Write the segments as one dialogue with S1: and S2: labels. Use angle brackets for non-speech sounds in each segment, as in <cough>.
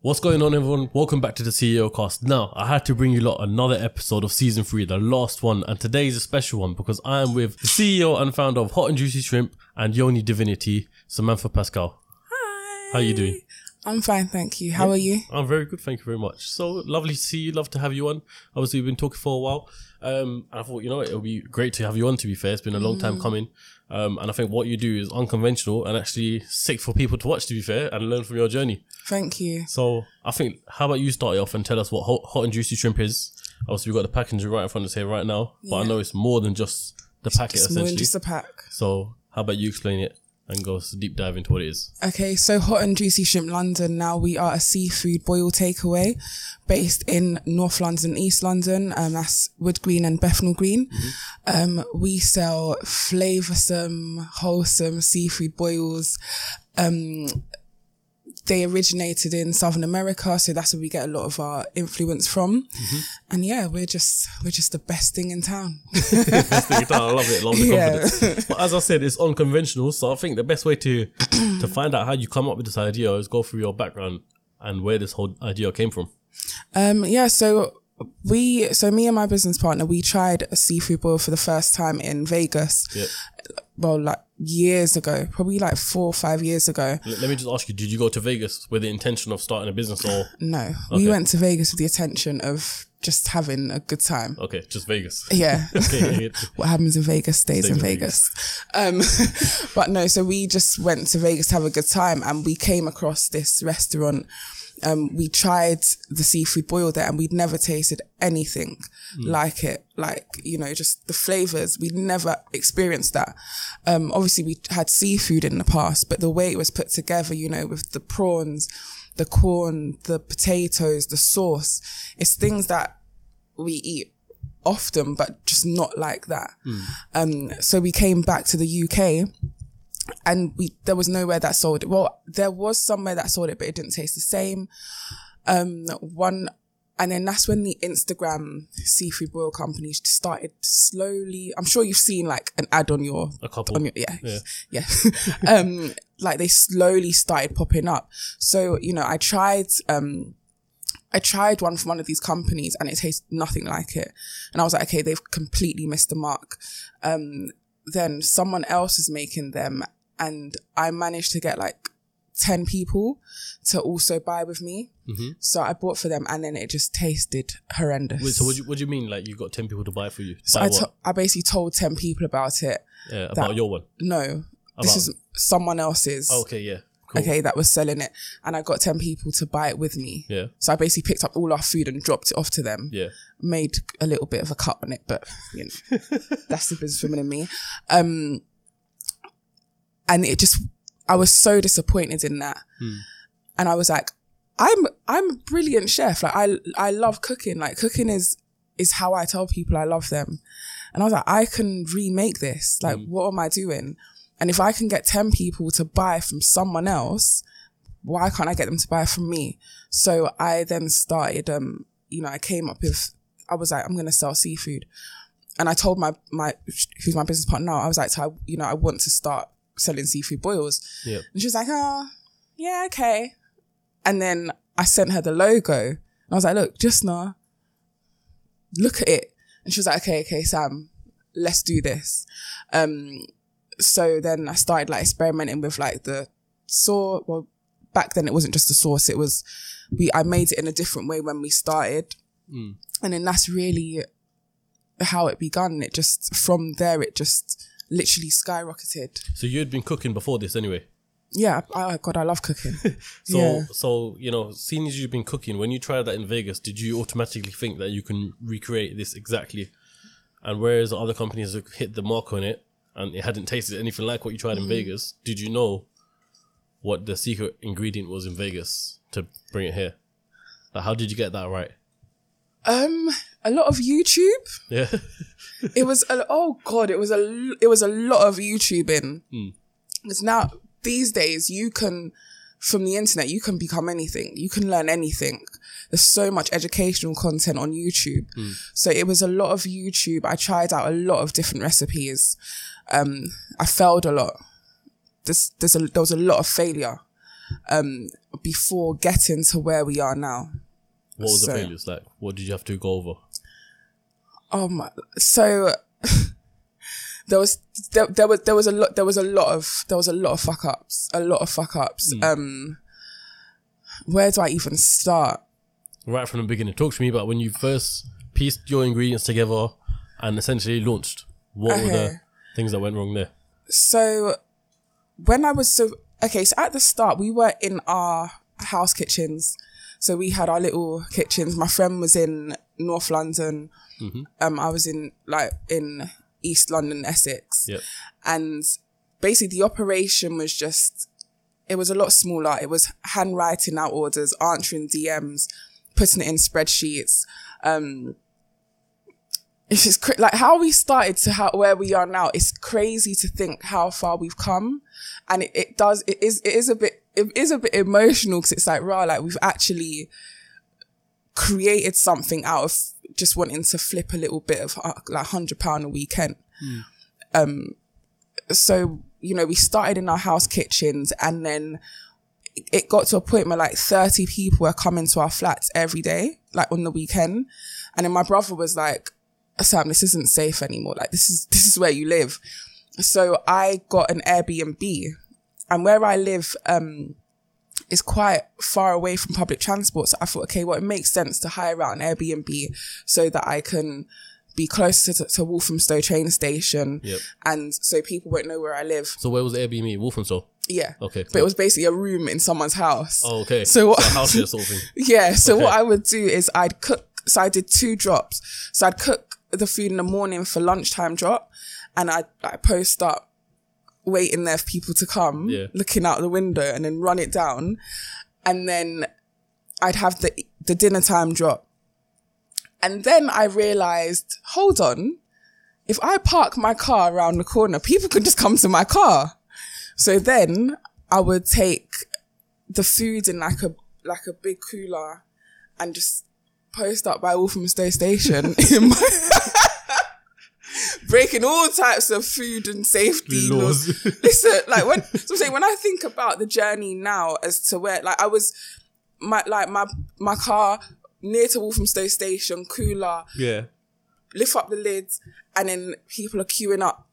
S1: What's going on, everyone? Welcome back to the CEO Cast. Now, I had to bring you lot another episode of season three, the last one, and today's a special one because I am with the CEO and founder of Hot and Juicy Shrimp and Yoni Divinity, Samantha Pascal. Hi. How you doing?
S2: I'm fine, thank you. How are you?
S1: I'm very good, thank you very much. So lovely to see you, love to have you on. Obviously, we've been talking for a while. Um, and I thought, you know, it'll be great to have you on, to be fair. It's been a long time coming. Um, and I think what you do is unconventional and actually sick for people to watch, to be fair, and learn from your journey.
S2: Thank you.
S1: So I think, how about you start it off and tell us what hot, hot and juicy shrimp is? Obviously, we've got the packaging right in front of us here right now, but I know it's more than just the packet,
S2: It's more
S1: essentially.
S2: than just a pack.
S1: so how about you explain it and go s- deep dive into what it is? <laughs>
S2: Okay, so Hot and Juicy Shrimp London. Now we are a seafood boil takeaway based in North London, East London. Um, that's Wood Green and Bethnal Green. Um, we sell flavoursome, wholesome seafood boils. Um, they originated in Southern America, so that's where we get a lot of our influence from. And yeah, we're just we're just the best thing in town.
S1: Best thing you've done. I love it. Love the
S2: Yeah. <laughs>
S1: confidence. But as I said, it's unconventional. So I think the best way to to find out how you come up with this idea is go through your background and where this whole idea came from.
S2: Um, yeah, so we, so me and my business partner, we tried a seafood boil for the first time in Vegas.
S1: Yeah.
S2: Well, like years ago, probably like four or five years ago.
S1: L- let me just ask you: Did you go to Vegas with the intention of starting a business, or
S2: No, we went to Vegas with the intention of just having a good time.
S1: okay, just
S2: <laughs>
S1: Vegas?
S2: Yeah.
S1: Okay,
S2: what happens in Vegas stays in
S1: in
S2: Vegas. <laughs> Um, but no, so we just went to Vegas to have a good time and we came across this restaurant. Um, we tried the seafood boil there and we'd never tasted anything like it. Like, you know, just the flavors. We'd never experienced that. Um, obviously we had seafood in the past, but the way it was put together, you know, with the prawns, the corn, the potatoes, the sauce, it's things that we eat often, but just not like that. Um, so we came back to the UK and we, there was nowhere that sold it. Well, there was somewhere that sold it, but it didn't taste the same. Um, one, and then that's when the Instagram seafood boil company started slowly. I'm sure you've seen like an ad on your
S1: a couple.
S2: on your yeah yeah, <laughs> um like they slowly started popping up so you know i tried um i tried one from one of these companies and it tastes nothing like it and i was like okay they've completely missed the mark um then someone else is making them and i managed to get like 10 people to also buy with me
S1: Mhm.
S2: so i bought for them and then it just tasted horrendous
S1: Wait, so what do you, what do you mean? Like you got ten people to buy for you?
S2: So
S1: buy
S2: I,
S1: what?
S2: to- I basically told 10 people about it
S1: yeah, about
S2: that-
S1: your one.
S2: no this
S1: About-
S2: is someone else's
S1: Oh, okay, yeah, cool.
S2: okay, that was selling it. And I got 10 people to buy it with me.
S1: yeah,
S2: So I basically picked up all our food and dropped it off to them.
S1: yeah.
S2: Made a little bit of a cut on it, but you know, that's the businesswoman in me. Um, and it just, I was so disappointed in that.
S1: Hmm.
S2: And I was like, I'm, I'm a brilliant chef. Like I, I love cooking. Like cooking is, is how I tell people I love them. And I was like, I can remake this. Like, what am I doing? And if I can get 10 people to buy from someone else, why can't I get them to buy from me? So I then started, um, you know, I came up with, I was like, I'm going to sell seafood. And I told my, my, who's my business partner now, I was like, "So I- you know, I want to start selling seafood boils.
S1: Yeah.
S2: And she was like, oh, yeah, okay. And then I sent her the logo and I was like, look, just now, look at it. And she was like, okay, okay, Sam, let's do this. Um, so then I started like experimenting with like the saw. Well, back then it wasn't just the sauce. It was, we, I made it in a different way when we started.
S1: Mm.
S2: And then that's really how it begun. It just, from there, it just literally skyrocketed.
S1: So you had been cooking before this, anyway.
S2: Yeah. I, I- God, I love cooking.
S1: So,
S2: Yeah.
S1: so you know, seeing as you've been cooking, when you tried that in Vegas, did you automatically think that you can recreate this exactly? And whereas other companies have hit the mark on it and it hadn't tasted anything like what you tried in
S2: Mm-hmm.
S1: Vegas, did you know what the secret ingredient was in Vegas to bring it here? Like, how did you get that right? <laughs>
S2: Um, a lot of YouTube.
S1: Yeah,
S2: it was a, oh god, it was a l- it was a lot of YouTubing. It's now these days you can from the internet you can become anything. You can learn anything. There's so much educational content on YouTube. So it was a lot of YouTube. I tried out a lot of different recipes. Um, I failed a lot. There's, there's a, there was a lot of failure. um, before getting to where we are now.
S1: What was
S2: So-
S1: the failures like? What did you have to go over?
S2: Oh my! So <laughs> there was there, there was there was a lot there was a lot of there was a lot of fuck ups a lot of fuck ups. Um, where do I even start?
S1: Right from the beginning, talk to me about when you first pieced your ingredients together and essentially launched. What were
S2: Okay.
S1: the things that went wrong there?
S2: So when I was so okay, so at the start we were in our house kitchens. So we had our little kitchens. My friend was in North London. Um, I was in like in East London, Essex,
S1: Yep.
S2: and basically the operation was just it was a lot smaller. It was handwriting out orders, answering DMs, putting it in spreadsheets. Um, it's just cra- like how we started to how where we are now. It's crazy to think how far we've come, and it, it does it is it is a bit it is a bit emotional because it's like raw. Like we've actually created something out of just wanting to flip a little bit of uh, like hundred pound a weekend. Um, so you know we started in our house kitchens, and then it- it got to a point where like 30 people were coming to our flats every day, like on the weekend. And then my brother was like, Sam, this isn't safe anymore. Like this is <laughs> this is where you live. So I got an Airbnb, and where I live um, is quite far away from public transport. So I thought, okay, well, it makes sense to hire out an Airbnb so that I can be closer to, to Walthamstow train station,
S1: Yep.
S2: and so people won't know where I live.
S1: So where was the Airbnb? Wolfensow.
S2: Yeah,
S1: Okay.
S2: but it was basically a room in someone's house.
S1: Oh, okay.
S2: So what-
S1: a house share sort of thing.
S2: <laughs> Yeah. So what
S1: Okay.
S2: I would do is I'd cook. So I did two drops. So I'd cook the food in the morning for lunchtime drop, and I'd like post up, waiting there for people to come,
S1: Yeah.
S2: looking out the window, and then run it down, and then I'd have the the dinner time drop, and then I realized, hold on, if I park my car around the corner, people could just come to my car. So then I would take the food in like a like a big cooler and just post up by Walthamstow Station <laughs> in my breaking all types of food and safety
S1: Laws.
S2: laws. Listen, like when so I'm saying when I think about the journey now as to where like I was my like my my car near to Walthamstow Station, cooler,
S1: Yeah.
S2: lift up the lids, and then people are queuing up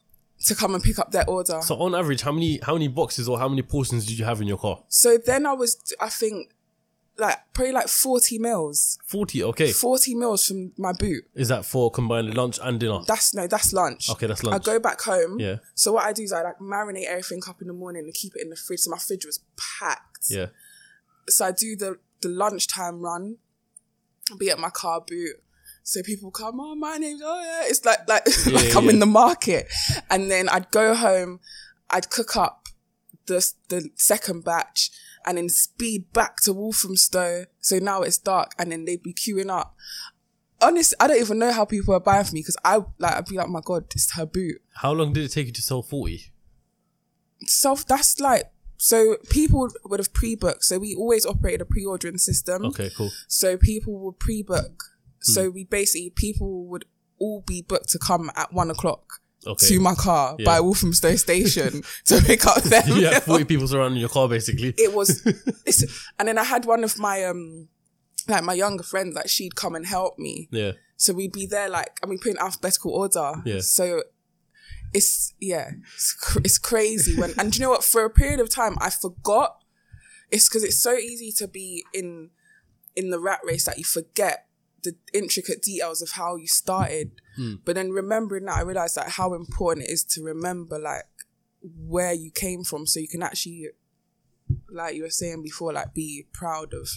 S2: to come and pick up their order.
S1: So on average, how many how many boxes or how many portions did you have in your car?
S2: So then I was, I think, like probably like forty meals,
S1: Forty. Okay.
S2: forty meals from my boot.
S1: Is that for combined lunch and dinner?
S2: That's no, that's lunch.
S1: Okay, that's
S2: I
S1: lunch.
S2: go back home.
S1: Yeah.
S2: So what I do is I like marinate everything up in the morning and keep it in the fridge. So my fridge was packed.
S1: yeah.
S2: So I do the the lunchtime run, be at my car boot. So people come, oh my name's oh yeah. It's like like <laughs> like I'm
S1: yeah.
S2: in the market. And then I'd go home, I'd cook up the the second batch and then speed back to Walthamstow. So now it's dark and then they'd be queuing up. Honestly, I don't even know how people are buying for me because I like I'd be like, my God, it's her boot.
S1: How long did it take you to sell forty?
S2: Self that's like so people would have pre-booked. So we always operated a pre-ordering system.
S1: Okay. Cool.
S2: So people would pre-book.
S1: Hmm.
S2: So we basically people would all be booked to come at one o'clock
S1: Okay.
S2: to my car by Walthamstow Station to pick up them.
S1: <laughs> yeah. Forty people surrounding your car basically.
S2: <laughs>
S1: <laughs>
S2: It was, it's, and then I had one of my um, like my younger friends, like she'd come and help me.
S1: yeah.
S2: So we'd be there like, and we put in alphabetical order.
S1: Yeah.
S2: So it's, yeah, it's, cr- it's crazy when, and do you know what? For a period of time, I forgot. It's because it's so easy to be in, in the rat race that you forget the intricate details of how you started. But then remembering that, I realized like how important it is to remember like where you came from so you can actually, like you were saying before, like be proud of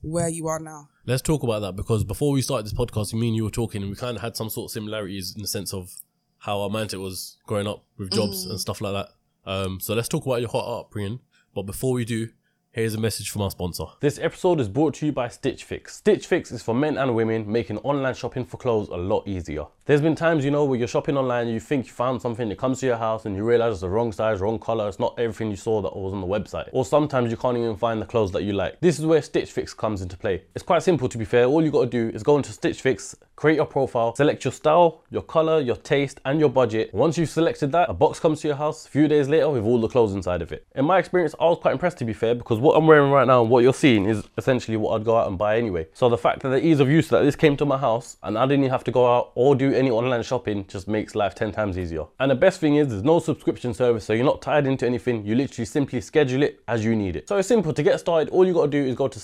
S2: where you are now.
S1: Let's talk about that because before we started this podcast, me and you were talking, and we kind of had some sort of similarities in the sense of how our mindset was growing up with jobs and stuff like that. Um, so let's talk about your hot upbringing. But before we do, here's a message from our sponsor.
S3: This episode is brought to you by Stitch Fix. Stitch Fix is for men and women, making online shopping for clothes a lot easier. There's been times, you know, where you're shopping online, you think you found something, it comes to your house and you realize it's the wrong size, wrong color, it's not everything you saw that was on the website. Or sometimes you can't even find the clothes that you like. This is where Stitch Fix comes into play. It's quite simple to be fair, all you gotta do is go into Stitch Fix, Create your profile, select your style, your color, your taste, and your budget. Once you've selected that, a box comes to your house a few days later with all the clothes inside of it. In my experience, I was quite impressed to be fair because what I'm wearing right now and what you're seeing is essentially what I'd go out and buy anyway. So the fact that the ease of use that this came to my house and I didn't even have to go out or do any online shopping just makes life 10 times easier. And the best thing is, there's no subscription service, so you're not tied into anything. You literally simply schedule it as you need it. So it's simple. To get started, all you got to do is go to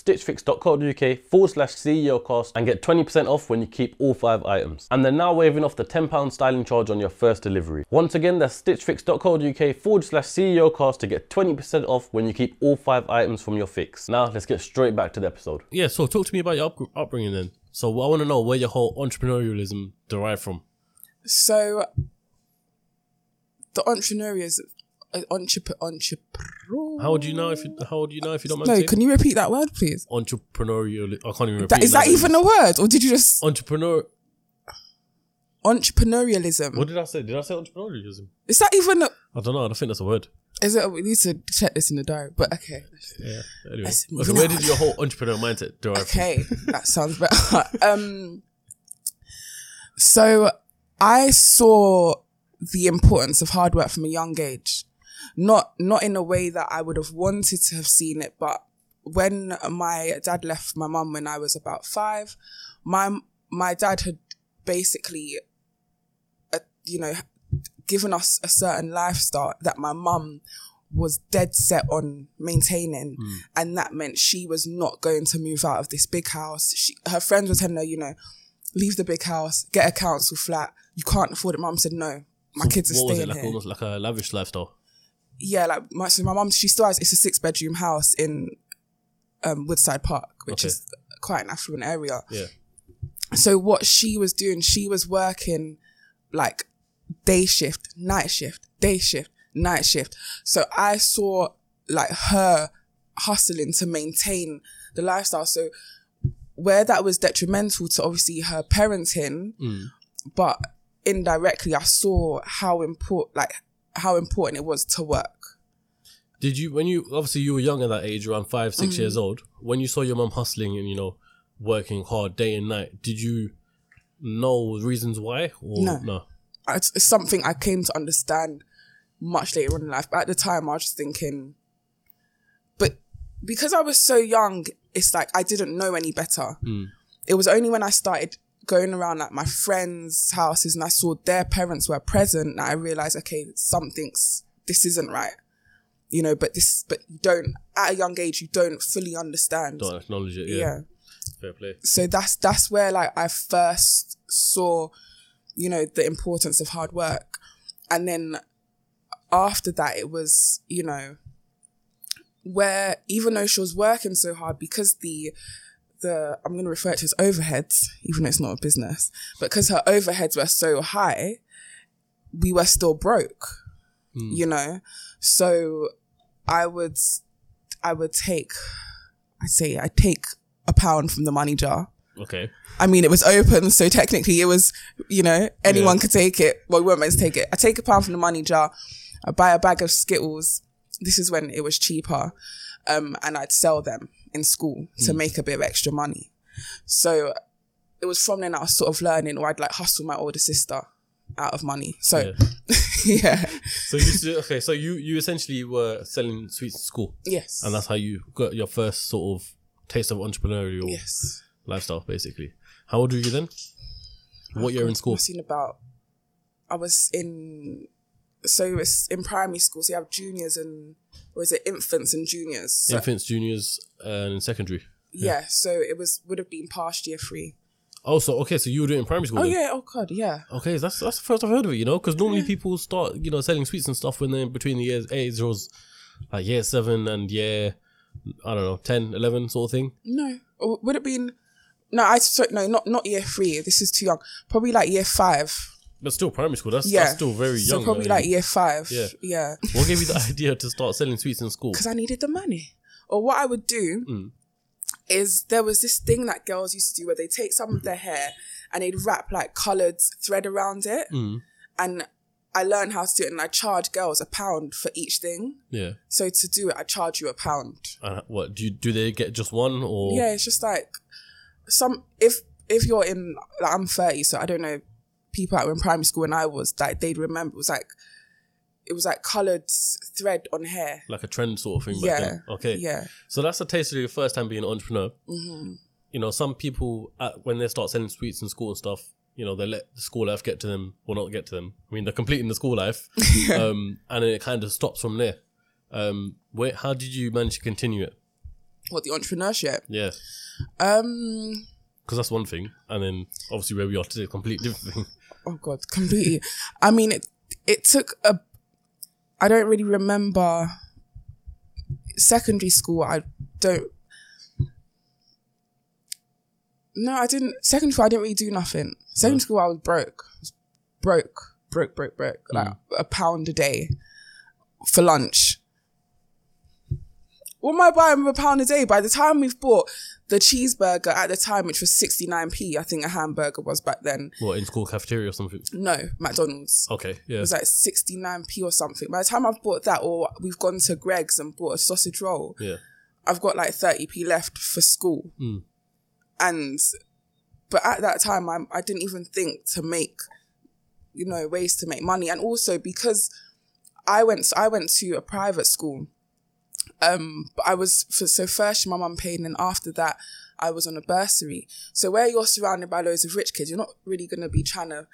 S3: stitchfix.co.uk forward slash CEO cost and get 20% off when you keep all five items. And they're now waiving off the £10 styling charge on your first delivery. Once again, that's stitchfix.co.uk forward slash CEO cost to get 20% off when you keep all five items from your fix. Now, let's get straight back to the episode.
S1: Yeah, so talk to me about your up- upbringing then. So I want to know where your whole entrepreneurialism derived from.
S2: So the entrepreneurs, uh, entrep- entrepreneur.
S1: How would you know if you, how would you know if you don't mind
S2: No,
S1: saying?
S2: can you repeat that word, please?
S1: entrepreneurial? I can't even repeat
S2: That, is that even a word, or did you just
S1: entrepreneur?
S2: entrepreneurialism?
S1: What did I say? Did I say entrepreneurialism?
S2: Is that even? A,
S1: I don't know. I don't think that's a word.
S2: is it? We need to check this in the diary. But okay,
S1: Yeah. Anyway,
S2: Let's move
S1: okay, where
S2: on.
S1: did your whole entrepreneur mindset derive from?
S2: okay,
S1: <laughs>
S2: that sounds better. <laughs> um, so I saw the importance of hard work from a young age, not not in a way that I would have wanted to have seen it, but when my dad left my mum when I was about five, my my dad had basically, uh, you know, given us a certain lifestyle that my mum was dead set on maintaining
S1: Hmm.
S2: and that meant she was not going to move out of this big house she, her friends were telling her you know leave the big house get a council flat you can't afford it mum said no my kids are
S1: What was
S2: staying
S1: it like?
S2: here
S1: Almost like a lavish lifestyle.
S2: yeah, like my so my mum, she still has it's a six bedroom house in um, Woodside Park, which
S1: Okay.
S2: is quite an affluent area.
S1: Yeah.
S2: So what she was doing, she was working like day shift, night shift, day shift, night shift. So I saw like her hustling to maintain the lifestyle. So where that was detrimental to obviously her parenting, but indirectly I saw how important like how important it was to work.
S1: Did you when you obviously you were young at that age, around five, six years
S2: Mm.
S1: old, when you saw your mum hustling and you know working hard day and night, did you know reasons why or
S2: No.
S1: no?
S2: it's, it's something I came to understand much later on in life. But at the time, I was just thinking, but because I was so young, it's like I didn't know any better.
S1: Mm.
S2: It was only when I started going around like my friends' houses and I saw their parents were present that I realized, okay, something's this isn't right. You know, but this, but you don't at a young age, you don't fully understand.
S1: Don't acknowledge it. Yeah.
S2: yeah
S1: Fair play.
S2: so that's that's where like I first saw, you know, the importance of hard work, and then after that it was you know where even though she was working so hard because the the I'm going to refer to it as overheads, even though it's not a business, because her overheads were so high, we were still broke, you know. So I would I would take I say I take a pound from the money jar.
S1: Okay.
S2: I mean, it was open, so technically it was, you know, anyone
S1: Yeah.
S2: could take it. Well, we weren't meant to take it. I take a pound from the money jar. I buy a bag of Skittles. This is when it was cheaper. Um, and I'd sell them in school
S1: Hmm.
S2: to make a bit of extra money. So it was from then I was sort of learning, or I'd like hustle my older sister out of money. So <laughs> yeah.
S1: So you s- <laughs> okay? So you you essentially were selling sweets to school,
S2: Yes.
S1: and that's how you got your first sort of taste of entrepreneurial
S2: yes.
S1: lifestyle, basically. How old were you then? What year in
S2: I
S1: school?
S2: was in about, I was in, so it's in primary school, so you have juniors and, or is it infants and juniors? So,
S1: Infants, juniors, and in secondary.
S2: yeah. so it was, would have been past year three.
S1: Oh, so okay, so you were doing it in primary school.
S2: Oh
S1: then?
S2: yeah, oh god, yeah.
S1: Okay, that's that's the first I've heard of it, you know, because normally people start, you know, selling sweets and stuff when they're between the years eight zeros, like year seven and year, I don't know, 10, 11 sort of thing.
S2: No, Or would it been, no, I, so, no, not, not year three, this is too young. Probably like year five.
S1: But still, primary school, that's,
S2: Yeah.
S1: that's still very young.
S2: So probably
S1: I mean,
S2: like year five.
S1: Yeah.
S2: Yeah.
S1: what gave you the <laughs> idea to start selling sweets in school?
S2: because I needed the money. Or what I would do is there was this thing that girls used to do where they take some of their hair and they'd wrap like coloured thread around it.
S1: Mm.
S2: And I learned how to do it and I charge girls a pound for each thing.
S1: Yeah.
S2: So to do it, I charge you a pound.
S1: Oh. And what do you do? They get just one or
S2: Yeah, it's just like some if if you're in, like, I'm 30, so I don't know, people that were in primary school when I was, like, they'd remember, it was like, it was like coloured thread on hair.
S1: like a trend sort of thing
S2: yeah.
S1: back then. Okay.
S2: Yeah.
S1: So that's a taste of your first time being an entrepreneur. You know, some people at, when they start selling sweets in school and stuff, you know, they let the school life get to them, or not get to them. I mean, they're completing the school life, um, and then it kind of stops from there. Um, where, how did you manage to continue it?
S2: What, the entrepreneurship?
S1: Yeah,
S2: Um,
S1: because that's one thing, and then obviously where we are today, complete different thing. <laughs>
S2: oh god completely i mean it it took a i don't really remember secondary school i don't no i didn't secondary school i didn't really do nothing secondary school i was broke I was broke broke broke broke like a pound a day for lunch what am I buying with a pound a day? By the time we've bought the cheeseburger at the time, which was 69p, I think a hamburger was back then.
S1: What in school cafeteria or something?
S2: No, McDonald's.
S1: Okay, yeah,
S2: It was like 69p or something. By the time I've bought that, or we've gone to Greg's and bought a sausage roll,
S1: yeah.
S2: I've got like 30p left for school. And, but at that time, I, I didn't even think to make, you know, ways to make money. And also because I went, I went to a private school. Um, but I was, for, so first my mum paid, and then after that, I was on a bursary. So where you're surrounded by loads of rich kids, you're not really going to be trying to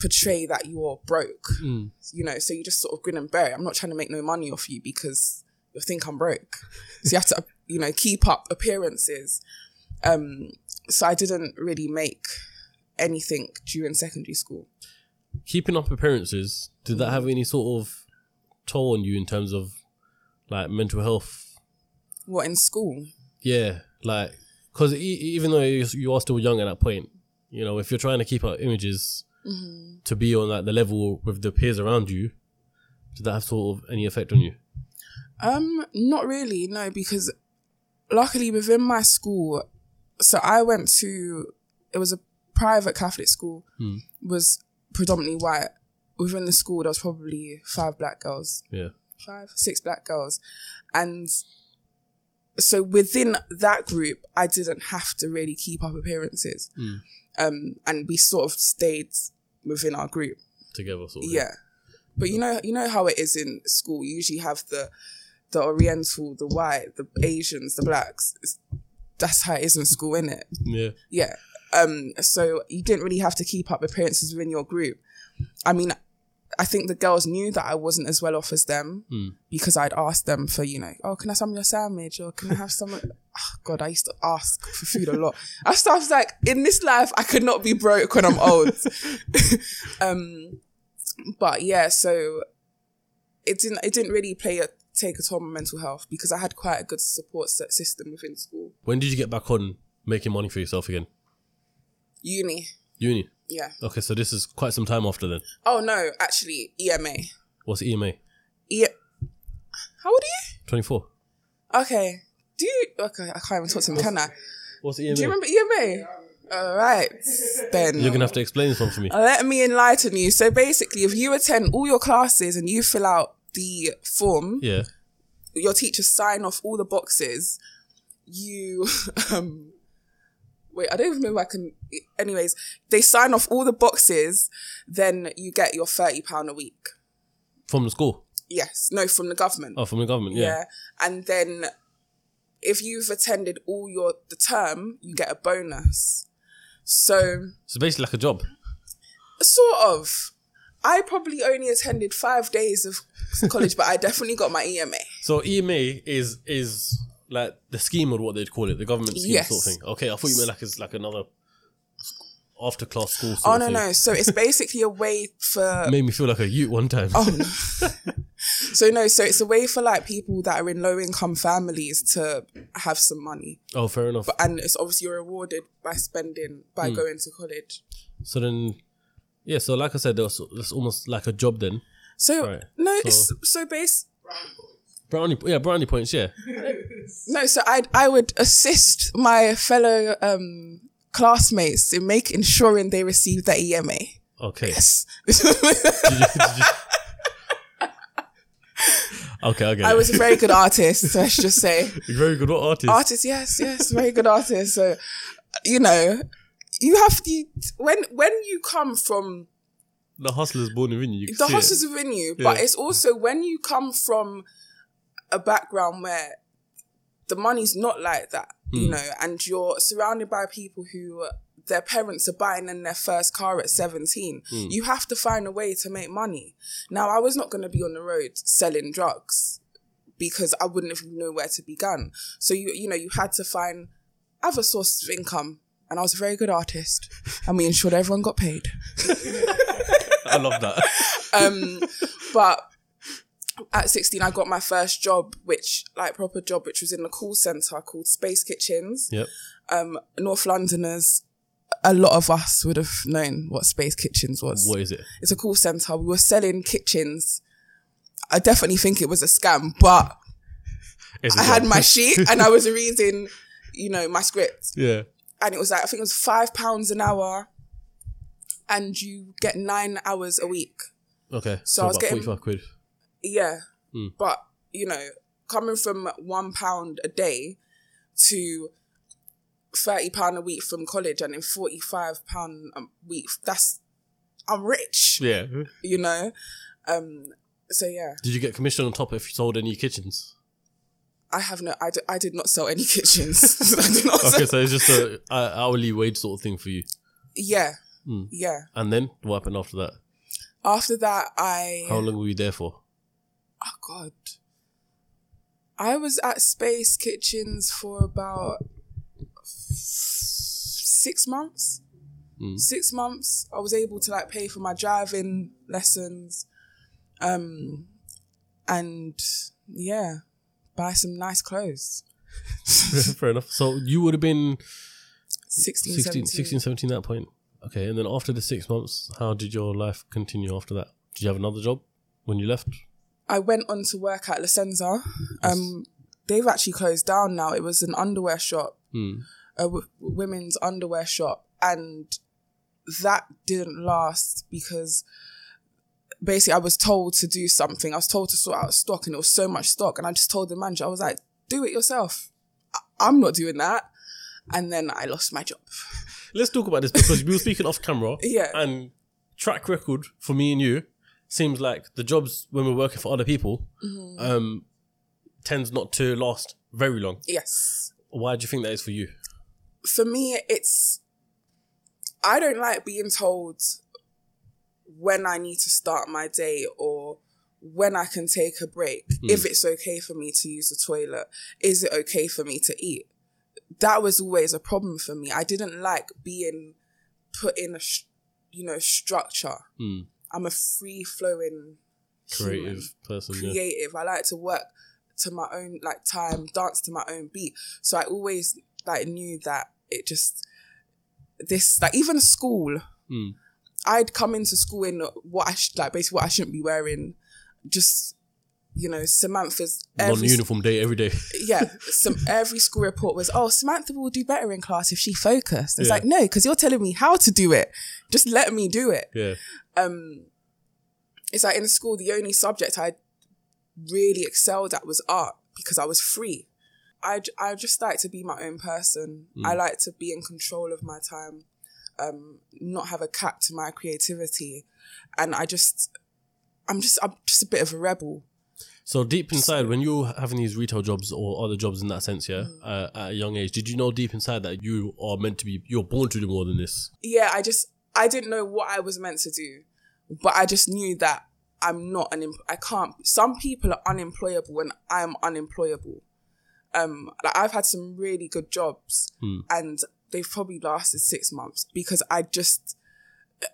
S2: portray that you're broke,
S1: Mm.
S2: you know, so you just sort of grin and bear it. I'm not trying to make no money off you because you'll think I'm broke. So you have to, <laughs> you know, keep up appearances. Um, so I didn't really make anything during secondary school.
S1: keeping up appearances, did that have any sort of toll on you in terms of like mental health?
S2: What in school?
S1: Yeah, like because e- even though you you are still young at that point, you know, if you're trying to keep up images
S2: Mm-hmm.
S1: to be on like the level with the peers around you, did that have sort of any effect on you?
S2: Um, not really, no, because luckily within my school, so I went to it was a private Catholic school, was predominantly white. Within the school, there was probably five black girls.
S1: Yeah,
S2: five, six black girls. And so within that group, I didn't have to really keep up appearances. Um, and we sort of stayed within our group.
S1: together sort of.
S2: Yeah. But you know, you know how it is in school. You usually have the, the Oriental, the white, the Asians, the blacks. It's- that's how it is in school, isn't it?
S1: yeah.
S2: Yeah. Um, so you didn't really have to keep up appearances within your group. I mean, I think the girls knew that I wasn't as well off as them because I'd asked them for, you know, oh, can I have some of your sandwich or can I have some? of-" <laughs> oh, God, I used to ask for food a lot. I was- I was like, in this life, I could not be broke when I'm old. <laughs> um, but yeah, so it didn't. It didn't really play a take a toll on my mental health because I had quite a good support sy- system within school,
S1: When did you get back on making money for yourself again?
S2: uni.
S1: Uni.
S2: Yeah.
S1: Okay, so this is quite some time after then.
S2: Oh no, actually, EMA.
S1: What's EMA?
S2: E- How old are
S1: Twenty four.
S2: you? Okay. Do you? Okay, I can't even talk to him, can I?
S1: What's E EMA?
S2: Do you remember E EMA? All right, then.
S1: You're gonna have to explain this one for me.
S2: Let me enlighten you. So basically, if you attend all your classes and you fill out the form,
S1: yeah.
S2: your teachers sign off all the boxes. You, <laughs> um, wait, I don't even know if I can. Anyways, they sign off all the boxes, then you get your thirty pound a week.
S1: From the school.
S2: Yes, no, from the government.
S1: Oh, from the government.
S2: yeah. And then if you've attended all your the term, you get a bonus. So
S1: So basically like a job.
S2: sort of. I probably only attended five days of college, <laughs> but I definitely got my E EMA.
S1: So EMA is is like the scheme or what they'd call it, the government scheme
S2: Yes.
S1: sort of thing. Okay, I thought you meant like it's like another after class school. Sort
S2: Oh
S1: of
S2: no
S1: thing.
S2: no! So it's basically a way for
S1: Made me feel like a Ute one time.
S2: Oh. so no so it's a way for like people that are in low income families to have some money,
S1: Oh, fair enough.
S2: and it's obviously you're rewarded by spending by going to college.
S1: So then, yeah. So like I said, that's that's almost like a job then.
S2: So
S1: Right.
S2: no,
S1: So-
S2: it's so base
S1: Brownie, yeah, brownie points, yeah.
S2: No, so I I would assist my fellow um, classmates in make ensuring they receive their E EMA.
S1: Okay, <laughs>
S2: <laughs> I
S1: <laughs> okay, okay.
S2: was a very good artist. Let's just say
S1: You're very good. What artist?
S2: artist. Yes, yes, very good artist. So you know, you have to when when you come from
S1: The hustler's born within you. you can
S2: the
S1: see it.
S2: hustlers within you, but
S1: Yeah.
S2: it's also when you come from a background where the money's not like that,
S1: Mm.
S2: you know, and you're surrounded by people who their parents are buying in their first car at 17.
S1: Mm.
S2: You have to find a way to make money. Now, I was not going to be on the road selling drugs because I wouldn't have known where to begin. So you you know, you had to find other sources of income. And I was a very good artist, and we ensured everyone got paid.
S1: I love that. <laughs>
S2: um, but at 16 i got my first job which like proper job which was in the call center called space kitchens
S1: yep.
S2: um north londoners a lot of us would have known what space kitchens was
S1: What is it?
S2: it's a call center we were selling kitchens i definitely think it was a scam but
S1: It's a
S2: i had
S1: job.
S2: my sheet and i was reading you know my script
S1: yeah.
S2: and it was like I think it was five pounds an hour, and you get nine hours a week.
S1: Okay.
S2: So I was
S1: about
S2: getting-
S1: forty-five quid.
S2: Yeah,
S1: Hmm.
S2: but you know, coming from one pound a day to thirty pound a week from college, and then forty five pound a week. That's I'm rich,
S1: Yeah.
S2: you know. Um, so yeah,
S1: Did you get commission on top if you sold any
S2: <laughs>
S1: kitchens?
S2: I have no. I, d- I did not sell any <laughs> kitchens. I did not.
S1: Okay,
S2: Sell,
S1: so it's just a, a hourly wage sort of thing for you.
S2: yeah,
S1: Hmm.
S2: yeah.
S1: And then what happened after that?
S2: After that, I
S1: How long were you there
S2: <laughs>
S1: for? <laughs>
S2: oh god i was at space kitchens for about six months
S1: Mm.
S2: six months i was able to like pay for my driving lessons um and yeah buy some nice clothes
S1: Fair enough. So you would have been
S2: 16,
S1: 16,
S2: 16
S1: 16 17 at that point. Okay, and then after the six months, how did your life continue after that? Did you have another job when you left?
S2: I went on to work at Licenza. Um, they've actually closed down now. It was an underwear shop,
S1: Hmm.
S2: a w- women's underwear shop, and that didn't last because basically I was told to do something. I was told to sort out stock, and it was so much stock. And I just told the manager, I was like, "Do it yourself. I- I'm not doing that." And then I lost my job.
S1: Let's talk about this because we were speaking off camera.
S2: <laughs> Yeah.
S1: And track record for me and you seems like the jobs when we're working for other people
S2: Mm-hmm.
S1: um, tends not to last very long.
S2: Yes.
S1: Why do you think that is for you?
S2: for me, it's I don't like being told when I need to start my day or when I can take a break, if it's okay for me to use the toilet, is it okay for me to eat? That was always a problem for me. I didn't like being put in a, sh- you know, structure.
S1: Mm.
S2: I'm a free flowing
S1: Creative person. yeah.
S2: creative. I like to work to my own like time, dance to my own beat. So I always like knew that it just this like even school.
S1: Mm.
S2: I'd come into school in what I should like basically what I shouldn't be wearing. Just you know, Samantha's
S1: non
S2: every
S1: uniform day every day. <laughs>
S2: yeah, some every school report was, oh, Samantha will do better in class if she focused. It's
S1: Yeah.
S2: like no, because you're telling me how to do it. Just let me do it
S1: Yeah.
S2: um it's like in school the only subject i really excelled at was art because i was free i, j- I just like to be my own person i like to be in control of my time um not have a cap to my creativity and i just i'm just i'm just a bit of a rebel
S1: So deep inside, when you were having these retail jobs or other jobs in that sense, yeah,
S2: Mm.
S1: uh, at a young age, did you know deep inside that you are meant to be, you're born to do more than this?
S2: yeah i just i didn't know what i was meant to do but i just knew that i'm not an em- i can't some people are unemployable and i'm unemployable um like i've had some really good jobs and they've probably lasted six months because i just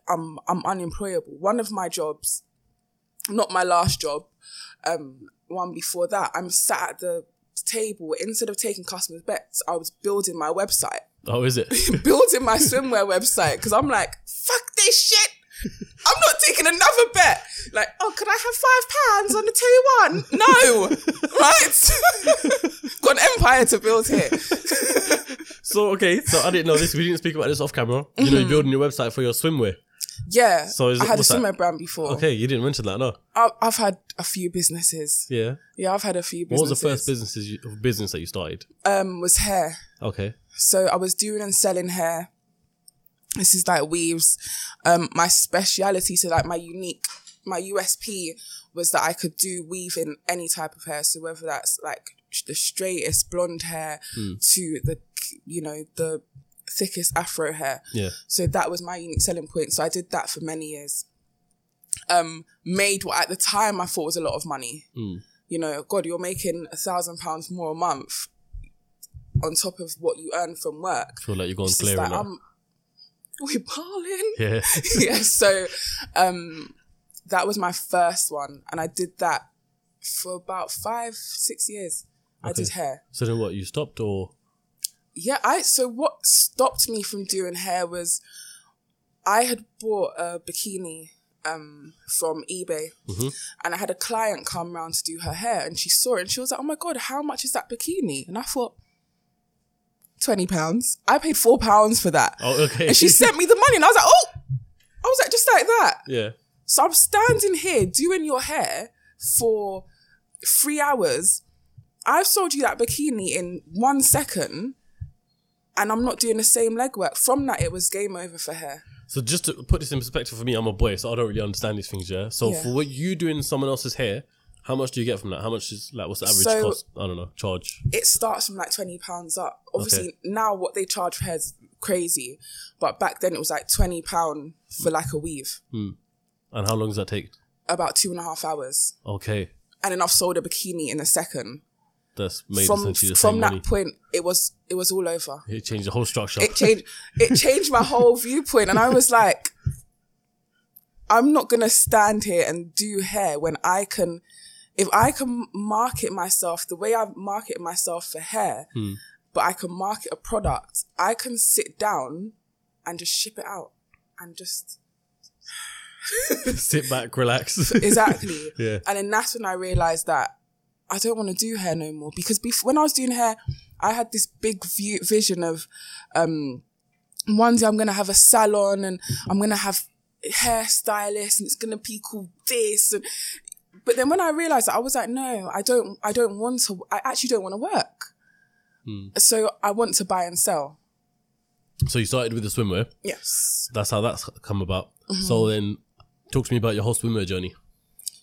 S2: i'm i'm unemployable one of my jobs not my last job um one before that i'm sat at the table instead of taking customers bets i was building my website
S1: Oh, is
S2: <laughs>
S1: it?
S2: building my swimwear website because I'm like, fuck this shit. I'm not taking another bet. Like, oh, could I have five pounds on the two one? No,
S1: <laughs>
S2: right? <laughs> Got an empire to build here.
S1: so okay, so I didn't know this. We didn't speak about this off camera. You
S2: Mm-hmm.
S1: know, you're building your website for your swimwear.
S2: Yeah,
S1: So is
S2: I
S1: it-
S2: had a
S1: what's that?
S2: swimwear brand before.
S1: Okay, you didn't mention that, no?
S2: I, I've had a few businesses.
S1: Yeah.
S2: Yeah, I've had a few
S1: What was
S2: businesses.
S1: the first businesses you, business that you started?
S2: Um, was hair.
S1: Okay.
S2: So I was doing and selling hair. This is like weaves. Um, my speciality, so like my unique, my USP was that I could do weaving any type of hair. So whether that's like sh- the straightest blonde hair to the, you know, the thickest afro hair.
S1: Yeah.
S2: So that was my unique selling point. So I did that for many years. Um, made what at the time I thought was a lot of money. You know, God, you're making a thousand pounds more a month on top of what you earn from work.
S1: feel like you're going
S2: It's just
S1: clear
S2: like,
S1: now.
S2: <laughs> um, we balling. <laughs>
S1: Yeah. <laughs>
S2: yeah. So, um, that was my first one, and I did that for about five, six years. I did
S1: Okay.
S2: hair.
S1: So then what? You stopped or
S2: Yeah, I so what stopped me from doing hair was I had bought a bikini um from eBay
S1: Mm-hmm.
S2: and I had a client come round to do her hair and she saw it and she was like, Oh my god, how much is that bikini? And I thought twenty pounds. I paid four pounds for that.
S1: Oh, okay.
S2: And she sent me the money and I was like, Oh I was like just like that.
S1: yeah.
S2: So I'm standing here doing your hair for three hours. I've sold you that bikini in one second, and I'm not doing the same legwork. From that, it was game over for her.
S1: So just to put this in perspective for me, I'm a boy, so I don't really understand these things. Yeah. So
S2: Yeah.
S1: for what you do in someone else's hair, how much do you get from that? How much is like what's the average
S2: So-
S1: cost? I don't know. Charge.
S2: It starts from like twenty pounds up. Obviously, now what they charge for hair is crazy, but back then it was like twenty pound for like a weave,
S1: And how long does that take?
S2: about two and a half hours,
S1: Okay.
S2: and then I've sold a bikini in a second.
S1: That's made
S2: from
S1: essentially the
S2: from
S1: same
S2: that
S1: money.
S2: point, it was it was all over.
S1: it changed the whole structure.
S2: it changed it changed my whole viewpoint and i was like i'm not gonna stand here and do hair when i can if i can market myself the way i've marketed myself for hair but i can market a product i can sit down and just ship it out and just
S1: <laughs> Sit back, relax. <laughs>
S2: exactly
S1: Yeah.
S2: and then that's when i realized that i don't want to do hair no more because before, when i was doing hair i had this big view vision of um one day i'm gonna have a salon and i'm gonna have hairstylists and it's gonna be called this and but then when i realized that i was like no i don't i don't want to i actually don't want to work so i want to buy and sell
S1: so you started with the swimwear.
S2: yes
S1: That's how that's come about.
S2: Mm-hmm.
S1: So then, talk to me about your whole swimwear journey.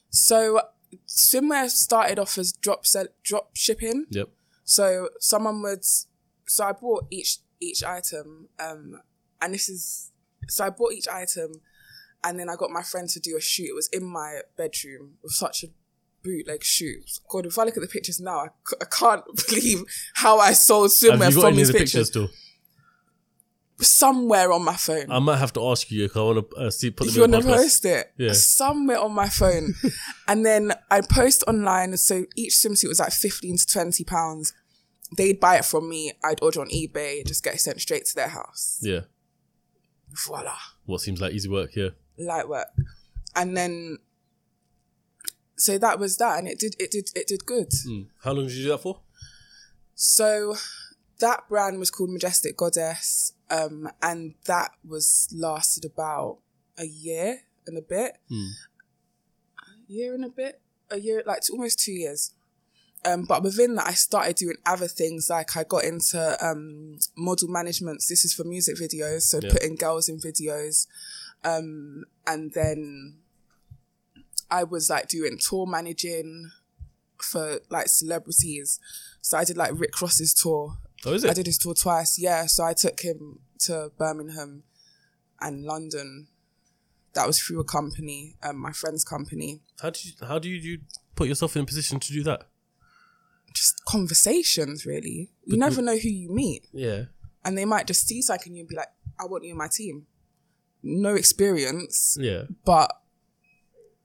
S2: so swimwear started off as drop sell drop shipping
S1: Yep.
S2: So someone would. So I bought each each item, um, and this is. So I bought each item, and then I got my friend to do a shoot. It was in my bedroom. It was such a bootleg shoot. God, if I look at the pictures now, I, c- I can't <laughs> believe how I sold
S1: Have
S2: swimwear
S1: you got
S2: from
S1: any of
S2: these
S1: the pictures
S2: pictures.
S1: still?
S2: Somewhere on my phone.
S1: I might have to ask you because I want to uh, see put
S2: if
S1: them
S2: you
S1: in
S2: want
S1: the
S2: to
S1: podcast.
S2: post it,
S1: Yeah.
S2: somewhere on my
S1: <laughs>
S2: phone, and then I post online. So each swimsuit was like fifteen to twenty pounds. They'd buy it from me. I'd order on eBay, just get it sent straight to their house.
S1: Yeah.
S2: Voila,
S1: What seems like easy work. Yeah.
S2: light work. And then, so that was that, and it did it did it did good.
S1: Hmm. How long did you do that for?
S2: So that brand was called Majestic Goddess, um, and that was lasted about a year and a bit, a year and a bit, a year like t- almost two years. Um, but within that, I started doing other things. Like I got into um, model management. This is for music videos, so
S1: Yeah.
S2: putting girls in videos, um, and then I was like doing tour managing for like celebrities. So I did like Rick Ross's tour.
S1: Oh, is
S2: I
S1: it?
S2: did his tour twice. Yeah, so I took him to Birmingham and London. That was through a company, um, my friend's company.
S1: How do you, how do you, you put yourself in a position to do that?
S2: Just conversations, really. You
S1: Mm-hmm.
S2: never know who you meet,
S1: Yeah.
S2: and they might just see something in you and be like, "I want you in my team." No experience,
S1: Yeah.
S2: but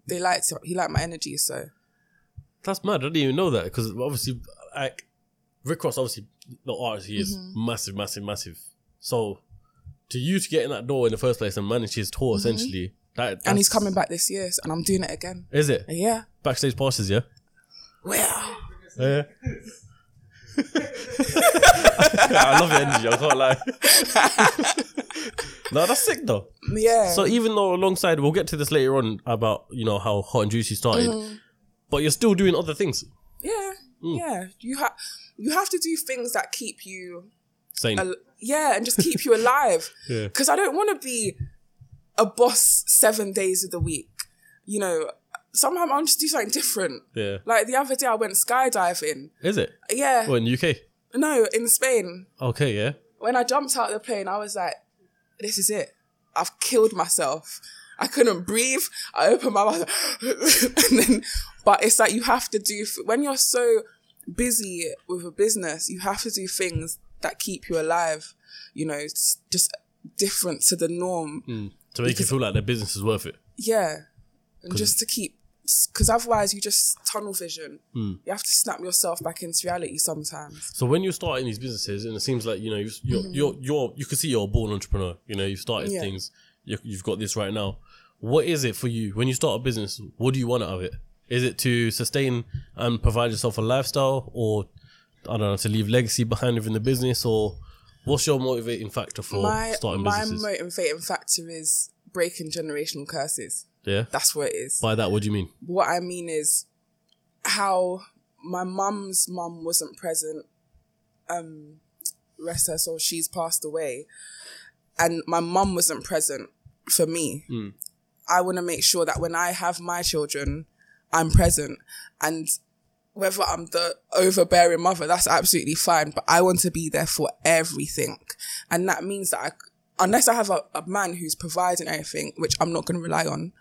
S2: they liked he liked my energy, so
S1: That's mad. I didn't even know that because obviously, like, Rick Ross, obviously, not artist, he is
S2: Mm-hmm.
S1: massive, massive, massive. So, to you to get in that door in the first place and manage his tour, essentially, that,
S2: Mm-hmm. and
S1: that's-
S2: he's coming back this year, and I'm doing it again.
S1: Is it?
S2: Yeah,
S1: Backstage passes, yeah?
S2: well,
S1: Yeah.
S2: <laughs>
S1: <laughs> I love your energy, I can't lie. <laughs> no, that's sick though.
S2: yeah.
S1: So even though alongside, we'll get to this later on about you know how hot and juicy started, but you're still doing other things.
S2: Yeah, yeah. You have you have to do things that keep you.
S1: Same.
S2: Al- yeah, and just keep you alive.
S1: Yeah.
S2: Because I don't want to be a boss seven days of the week. You know, somehow I'll just do something different.
S1: Yeah.
S2: Like the other day, I went skydiving.
S1: Is it?
S2: Yeah.
S1: Well, in the UK.
S2: No, in Spain.
S1: Okay, yeah.
S2: When I jumped out of the plane, I was like, this is it. I've killed myself. I couldn't breathe. I opened my mouth. <laughs> and then, but it's like you have to do, when you're so busy with a business, you have to do things that keep you alive. You know, it's just different to the norm.
S1: To make you feel like their business is worth it.
S2: Yeah. And just to keep, because otherwise you just tunnel vision. You have to snap yourself back into reality sometimes.
S1: So when you start in these businesses, and it seems like you know you've- you're you're you're you can see you're a born entrepreneur. You know you've started
S2: Mm-hmm. Yeah.
S1: things. You, you've got this right now. What is it for you when you start a business? What do you want out of it? Is it to sustain and provide yourself a lifestyle, or I don't know, to leave legacy behind within the business, or what's your motivating factor for
S2: my
S1: starting
S2: my
S1: businesses?
S2: motivating factor is breaking generational curses.
S1: yeah.
S2: That's what it is.
S1: By that, what do you mean?
S2: what I mean is how my mum's mum wasn't present. Um, rest her soul. She's passed away, and my mum wasn't present for me. I want to make sure that when I have my children, I'm present, and whether I'm the overbearing mother, that's absolutely fine. But I want to be there for everything, and that means that I, unless I have a, a man who's providing everything, which I'm not going to rely on,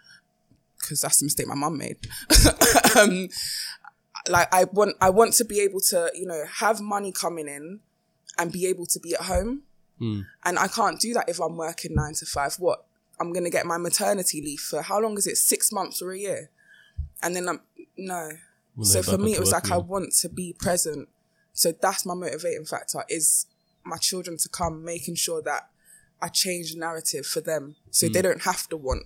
S2: because that's the mistake my mum made. <laughs> um, like I want, I want to be able to, you know, have money coming in and be able to be at home. And I can't do that if I'm working nine to five. What I'm gonna get my maternity leave for? How long is it? Six months or a year? And then I'm no.
S1: they're
S2: so for
S1: back
S2: me,
S1: onto
S2: it was
S1: work,
S2: like I
S1: yeah.
S2: want to be present. So that's my motivating factor is my children to come, making sure that I change the narrative for them, so
S1: Mm.
S2: they don't have to want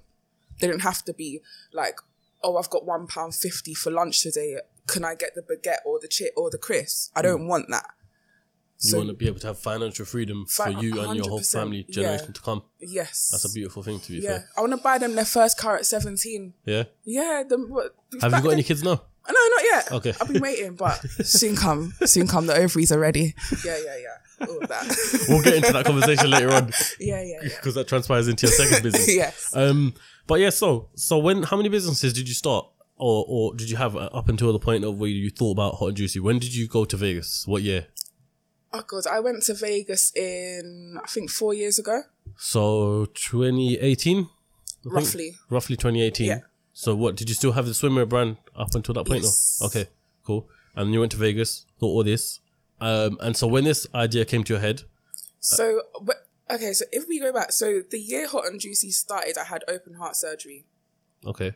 S2: they don't have to be like, oh, I've got one pound fifty for lunch today. Can I get the baguette or the chip or the crisp?
S1: Mm.
S2: I don't want that.
S1: You
S2: So-
S1: want to be able to have financial freedom for
S2: Fi-
S1: you and your whole
S2: 100%,
S1: family
S2: yeah.
S1: generation to come.
S2: Yes.
S1: That's a beautiful thing to be
S2: yeah.
S1: fair.
S2: I want to buy them their first car at seventeen.
S1: Yeah.
S2: Yeah. The, what,
S1: Have you
S2: back
S1: got
S2: then-
S1: any kids now?
S2: No, not yet.
S1: Okay.
S2: I'll be
S1: <laughs>
S2: waiting, but soon come. Soon come. The ovaries are ready. Yeah, yeah, yeah. All
S1: <laughs>
S2: of that.
S1: We'll get into that conversation later <laughs> on
S2: yeah, yeah, yeah.
S1: because that transpires into your second <laughs> business.
S2: Yes.
S1: Um, but yeah, so so when how many businesses did you start, or or did you have uh, up until the point of where you thought about hot and juicy? When did you go to Vegas? What year?
S2: Oh god, I went to Vegas in I think four years ago,
S1: So 2018, Mm-hmm.
S2: roughly.
S1: roughly 2018.
S2: Yeah.
S1: So what did you still have the swimwear brand up until that point? though?
S2: Yes.
S1: Okay, cool. And you went to Vegas, thought all this, um, and so when this idea came to your head,
S2: So, but, okay, so if we go back, so the year Hot and Juicy started, I had open heart surgery.
S1: okay,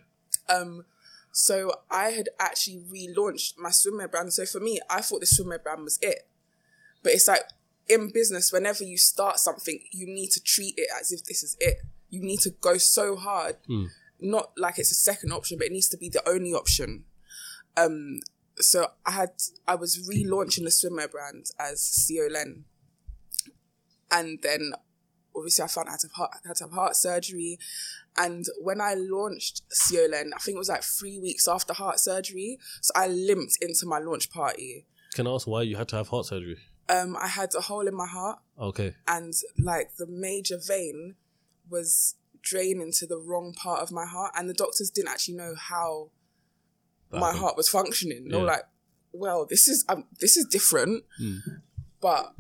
S2: Um, so I had actually relaunched my swimwear brand. So for me, I thought the swimwear brand was it. But it's like in business, whenever you start something, you need to treat it as if this is it. You need to go so hard, not like it's a second option, but it needs to be the only option. Um, so I had I was relaunching the swimwear brand as CO Len, and then obviously I found out I had to have heart, I had to have heart surgery. And when I launched Ciolen, I think it was like three weeks after heart surgery. So I limped into my launch party.
S1: can I ask why you had to have heart surgery?
S2: Um, I had a hole in my heart
S1: Okay,
S2: and like the major vein was draining to the wrong part of my heart. And the doctors didn't actually know how my
S1: happened.
S2: heart was functioning. They were
S1: Yeah. Hmm.
S2: like, well, this is, um, this is different, but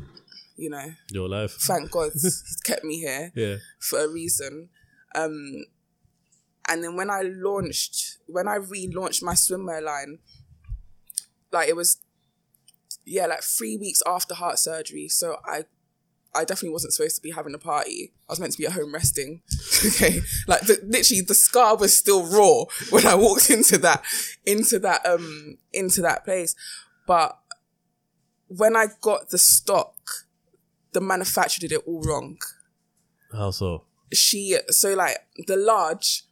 S2: you know,
S1: you're alive.
S2: thank God <laughs> he's kept me here
S1: Yeah.
S2: for a reason. Um, and then when I launched, when I relaunched my swimwear line, like it was, yeah, like three weeks after heart surgery. So I, I definitely wasn't supposed to be having a party. I was meant to be at home resting. <laughs> okay, like the, literally, the scar was still raw when I walked into that, into that, um, into that place. But when I got the stock, the manufacturer did it all wrong
S1: How so?
S2: she so like the large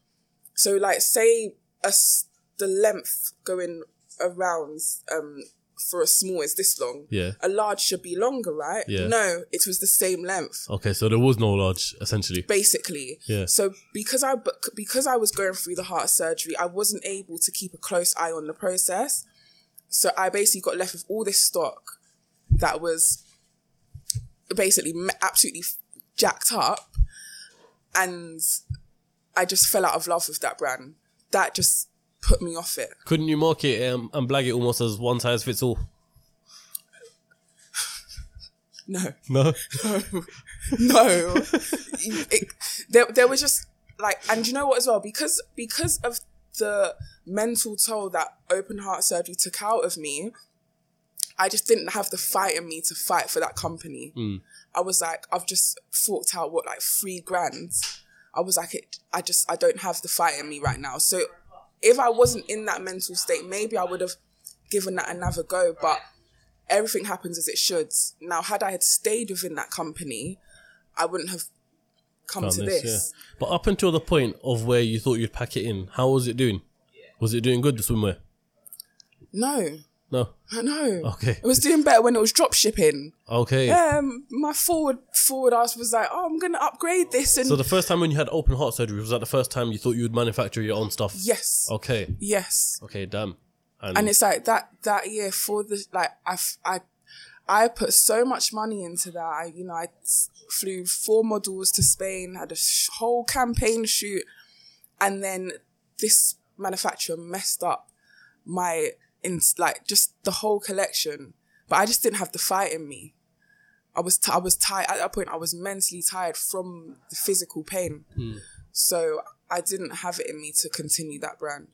S2: so like say us the length going around um for a small is this long
S1: Yeah.
S2: a large should be longer right
S1: Yeah.
S2: no it was the same length
S1: Okay, so there was no large essentially.
S2: basically
S1: Yeah.
S2: so because i but because i was going through the heart surgery i wasn't able to keep a close eye on the process so i basically got left with all this stock that was basically me- absolutely f- jacked up, and I just fell out of love with that brand. That just put me off it.
S1: Couldn't you market it um, and blag it almost as one size fits all?
S2: No, <laughs>
S1: No.
S2: no. it, there, there was just like, and you know what as well? Because because of the mental toll that open heart surgery took out of me, I just didn't have the fight in me to fight for that company.
S1: Mm.
S2: I was like, I've just forked out what like three grand. I was like, it, I just I don't have the fight in me right now. So if I wasn't in that mental state, maybe I would have given that another go. But everything happens as it should. Now, had I had stayed within that company, I wouldn't have come
S1: on
S2: to
S1: this,
S2: this.
S1: yeah. But up until the point of where you thought you'd pack it in, how was it doing? Was it doing good, the swimwear?
S2: No,
S1: No.
S2: I know.
S1: Okay.
S2: It was doing better when it was drop shipping.
S1: Okay.
S2: Um, my forward forward ass was like, oh, I'm gonna upgrade this, and
S1: So the first time when you had open heart surgery, was that the first time you thought you would manufacture your own stuff?
S2: yes,
S1: Okay.
S2: yes.
S1: Okay, damn.
S2: and it's like that that year for the like I f- I I put so much money into that. I you know I s- flew four models to Spain, had a sh- whole campaign shoot, and then this manufacturer messed up my in like just the whole collection. But I just didn't have the fight in me. I was t- I was tired at that point. I was mentally tired from the physical pain, so I didn't have it in me to continue that brand.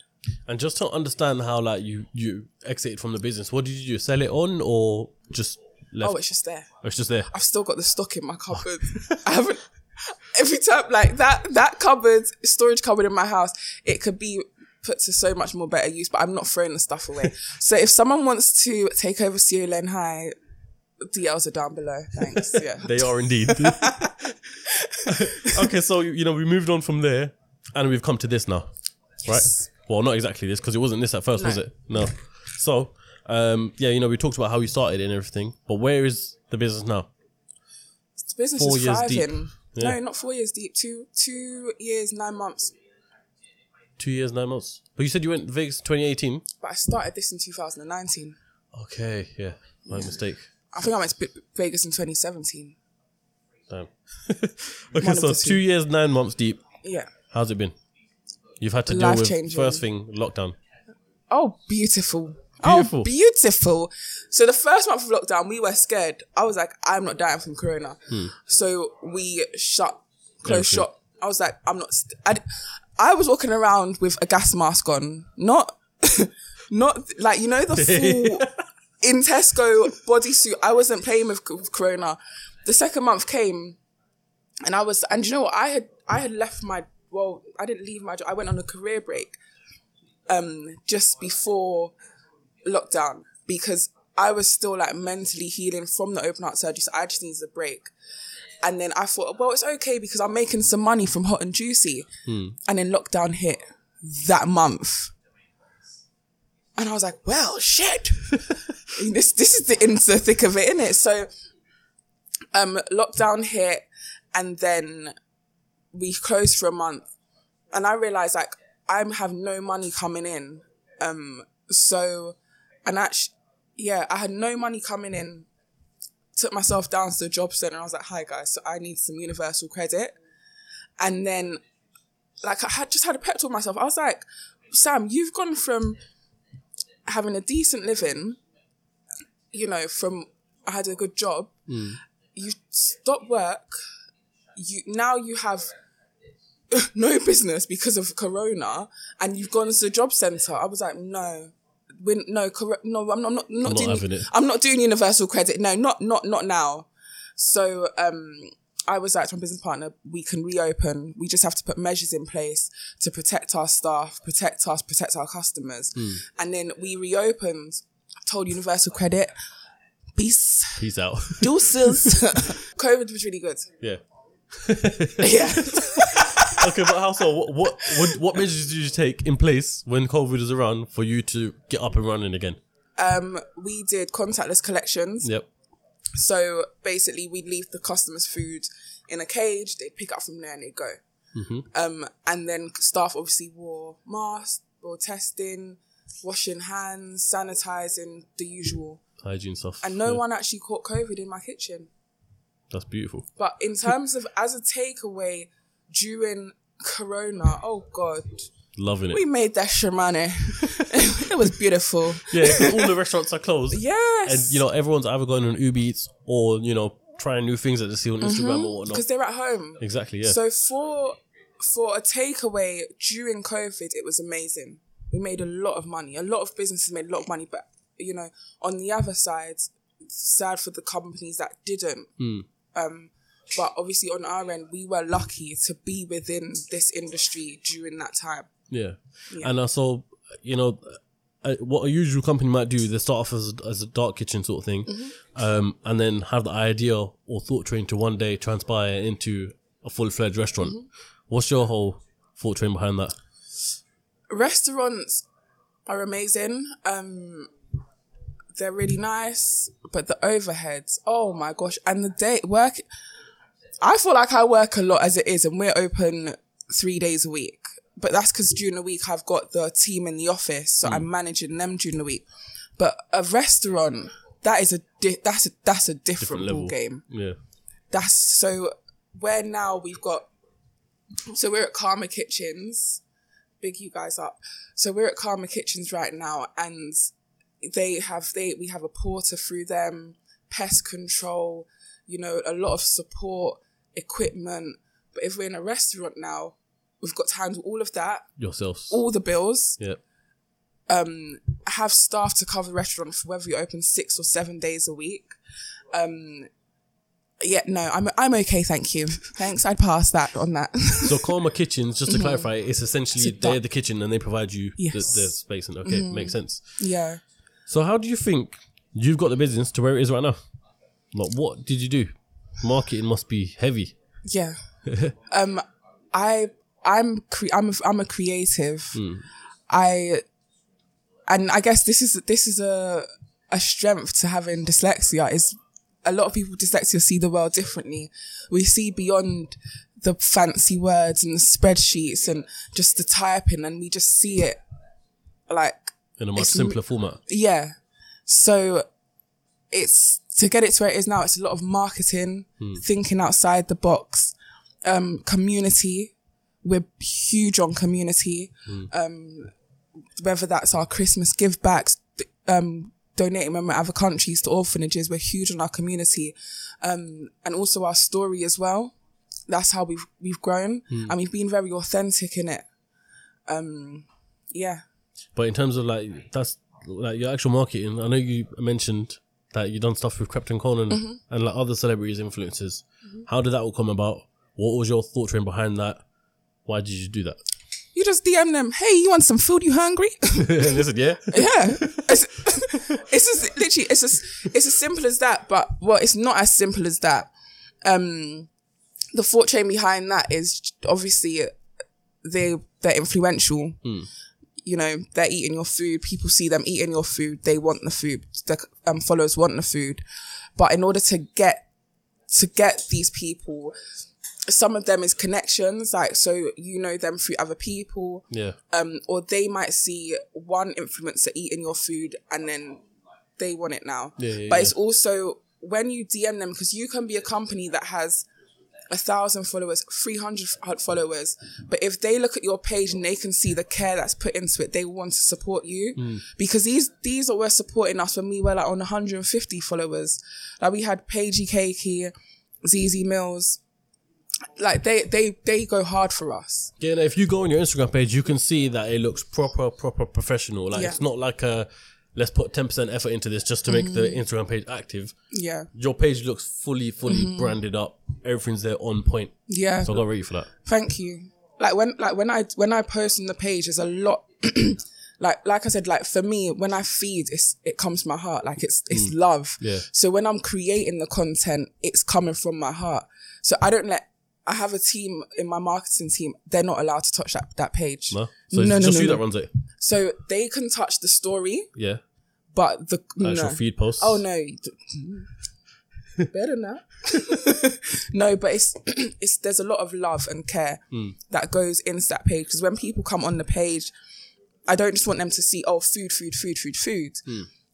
S1: And just to understand how like you you exited from the business, what did you do? Sell it on or just left?
S2: Oh, it's just there.
S1: Or it's just there.
S2: I've still got the stock in my
S1: <laughs>
S2: cupboard. I haven't. Every time, like that, that cupboard, storage cupboard in my house, it could be put to so much more better use. But I'm not throwing the stuff
S1: <laughs>
S2: away. so if someone wants to take over CEO Len High, DLs are down below.
S1: <laughs>
S2: Thanks. Yeah.
S1: They are
S2: <laughs>
S1: indeed. okay, so you know we moved on from there, and we've come to this now,
S2: Yes.
S1: right? Well, not exactly this because it wasn't this at first, was
S2: No.
S1: it? No. So, um, yeah, you know we talked about how you started and everything, but where is the business now?
S2: The business
S1: Four
S2: is
S1: years
S2: thriving.
S1: deep. Yeah.
S2: No, not four years deep. Two, two years, nine months.
S1: Two years, nine months. But you said you went to Vegas 2018.
S2: But I started this in 2019.
S1: Okay, yeah, my mistake.
S2: I think I went to B- Vegas in 2017.
S1: Damn.
S2: One
S1: <laughs> okay,
S2: of
S1: so
S2: the two.
S1: two years, nine months deep.
S2: Yeah.
S1: How's it been? You've had to deal
S2: Life
S1: with
S2: changing.
S1: first thing lockdown.
S2: Oh, beautiful. Oh,
S1: Beautiful.
S2: beautiful. So the first month of lockdown, we were scared. I was like, I'm not dying from corona. So we shut, closed
S1: Everything.
S2: shop. I was like, I'm not. St- I, d- I was walking around with a gas mask on, not, <laughs> not like you know the full in Tesco bodysuit. I wasn't playing with, c- with corona. The second month came, and I was, and you know what? I had, I had left my. Well, I didn't leave my job. I went on a career break um, just before lockdown because I was still like mentally healing from the open heart surgery. So I just needed a break. And then I thought, well, it's okay because I'm making some money from Hot and Juicy. And then lockdown hit that month. And I was like, well, shit. <laughs> this this is the into thick of it, isn't it? So um lockdown hit and then we closed for a month and I realized like I have no money coming in. Um, so, and actually, yeah, I had no money coming in. Took myself down to the job center. I was like, "Hi guys, so I need some universal credit." And then, like, I had just had a pep talk with myself. I was like, "Sam, you've gone from having a decent living, you know, from I had a good job. You stop work. You now you have <laughs> no business because of corona and you've gone to the job center i was like no we're, no cor- no i'm not, I'm not, I'm not
S1: not
S2: doing
S1: having it.
S2: i'm not doing universal credit no not not not now so um i was like to my business partner we can reopen we just have to put measures in place to protect our staff protect us protect our customers and then we reopened told universal credit <laughs> peace
S1: Peace out. <laughs>
S2: deuces <laughs> covid was really good
S1: yeah.
S2: <laughs> yeah
S1: Okay, but how so? What, what what what measures did you take in place when COVID is around for you to get up and running again?
S2: <laughs> we did contactless collections
S1: Yep.
S2: So basically, we'd leave the customers' food in a cage. They'd pick up from there and they'd go. Um, and then staff obviously wore masks, wore testing, washing hands, sanitizing, the usual.
S1: Hygiene stuff.
S2: And no
S1: yeah.
S2: one actually caught COVID in my kitchen.
S1: That's beautiful.
S2: But <laughs> in terms of as a takeaway during Corona, oh God,
S1: Loving it.
S2: we made that shamane. <laughs> it was beautiful.
S1: Yeah, 'cause all the restaurants are closed.
S2: <laughs> Yes.
S1: And you know, everyone's either going on Uber Eats or, you know, trying new things that they see on Instagram or whatnot.
S2: Mm-hmm. because they're at home.
S1: Exactly, yeah.
S2: So for for a takeaway during COVID, it was amazing. We made a lot of money. A lot of businesses made a lot of money, but you know, on the other side, it's sad for the companies that didn't.
S1: Hmm.
S2: Um, but obviously, on our end, we were lucky to be within this industry during that time.
S1: Yeah. And also, you know, uh, what a usual company might do, they start off as, as a dark kitchen sort of thing,
S2: Mm-hmm.
S1: um, and then have the idea or thought train to one day transpire into a full fledged restaurant.
S2: Mm-hmm.
S1: What's your whole thought train behind that?
S2: restaurants are amazing. Um, they're really nice, but the overheads, oh my gosh, and the day work. I feel like I work a lot as it is, and we're open three days a week. But that's because during the week I've got the team in the office, so I'm managing them during the week. But a restaurant that is a di- that's a that's a different,
S1: level.
S2: ball game
S1: Yeah.
S2: that's so where now we've got so we're at karma kitchens big you guys up so we're at karma kitchens right now and they have they we have a porter through them pest control you know a lot of support equipment but if we're in a restaurant now we've got to handle all of that
S1: Yourselves.
S2: all the bills
S1: Yeah.
S2: um, have staff to cover the restaurant for whether you open six or seven days a week. Um, yeah, no, I'm I'm okay, thank you. Thanks, I'd pass that on that.
S1: So Karma Kitchens, just to clarify, it's essentially
S2: Mm-hmm. It's a
S1: they're
S2: dark-
S1: the kitchen and they provide you the-
S2: Yes. Mm-hmm.
S1: the, space. And okay, makes sense.
S2: <laughs> yeah,
S1: So how do you think you've got the business to where it is right now? Like, what did you do? Marketing must be heavy.
S2: yeah. um, I I'm cre- I'm a, I'm a creative. I and I guess this is this is a a strength to having dyslexia is a lot of people with dyslexia see the world differently. We see beyond the fancy words and the spreadsheets and just the typing and we just see it like
S1: in a much
S2: It's m-
S1: simpler format.
S2: yeah. So it's to get it to where it is now, it's a lot of marketing, thinking outside the box, um, community. We're huge on community. Um, whether that's our Christmas give backs, d- um, donating when we're at other countries to orphanages, we're huge on our community. Um, and also our story as well. That's how we've, we've grown and we've been very authentic in it. Um, yeah.
S1: But in terms of like that's like your actual marketing, I know you mentioned that you done stuff with Krypton Conan
S2: Mm-hmm.
S1: and like other celebrities, influencers. How did that all come about? What was your thought train behind that? Why did you do that?
S2: You just DM them, hey, you want some food? You hungry? <laughs>
S1: and they said, yeah.
S2: yeah. It's, <laughs> it's just literally, it's just, it's as simple as that. But well, it's not as simple as that. Um, the thought chain behind that is obviously they they're influential. You know, they're eating your food. People see them eating your food. They want the food. The um, followers want the food. But in order to get to get these people, some of them is connections. Like so, you know them through other people
S1: Yeah.
S2: um, or they might see one influencer eating your food and then they want it now.
S1: Yeah, yeah,
S2: but
S1: yeah.
S2: it's also when you DM them because you can be a company that has a thousand followers, three hundred uh, followers, but if they look at your page and they can see the care that's put into it, they want to support you
S1: Hmm.
S2: because these these are were supporting us when we were like on one hundred and fifty followers. Like we had E Paigey Cakey, ZZ Mills, like they they they go hard for us.
S1: Yeah, no, if you go on your Instagram page, you can see that it looks proper, proper professional. Like
S2: Yeah.
S1: it's not like a let's put ten percent effort into this just to make the
S2: Mm-hmm.
S1: Instagram page active.
S2: Yeah,
S1: Your page looks fully, fully
S2: Mm-hmm.
S1: branded up. Everything's there on point.
S2: yeah.
S1: So I got ready for that.
S2: thank you like when like when i when i post on the page there's a lot <clears throat> like like i said like for me when i feed it's it comes from my heart like it's it's love
S1: Mm. Yeah.
S2: so when i'm creating the content it's coming from my heart so i don't let i have a team in my marketing team they're not allowed to touch that that page
S1: No? So it's
S2: no, no,
S1: just
S2: no,
S1: you
S2: no.
S1: that runs it.
S2: so they can touch the story
S1: Yeah.
S2: but the
S1: Actual
S2: no.
S1: feed posts.
S2: Oh no, you d- better now. no, but it's <clears throat> it's there's a lot of love and care that goes into that page because when people come on the page, I don't just want them to see oh food, food, food, food, food.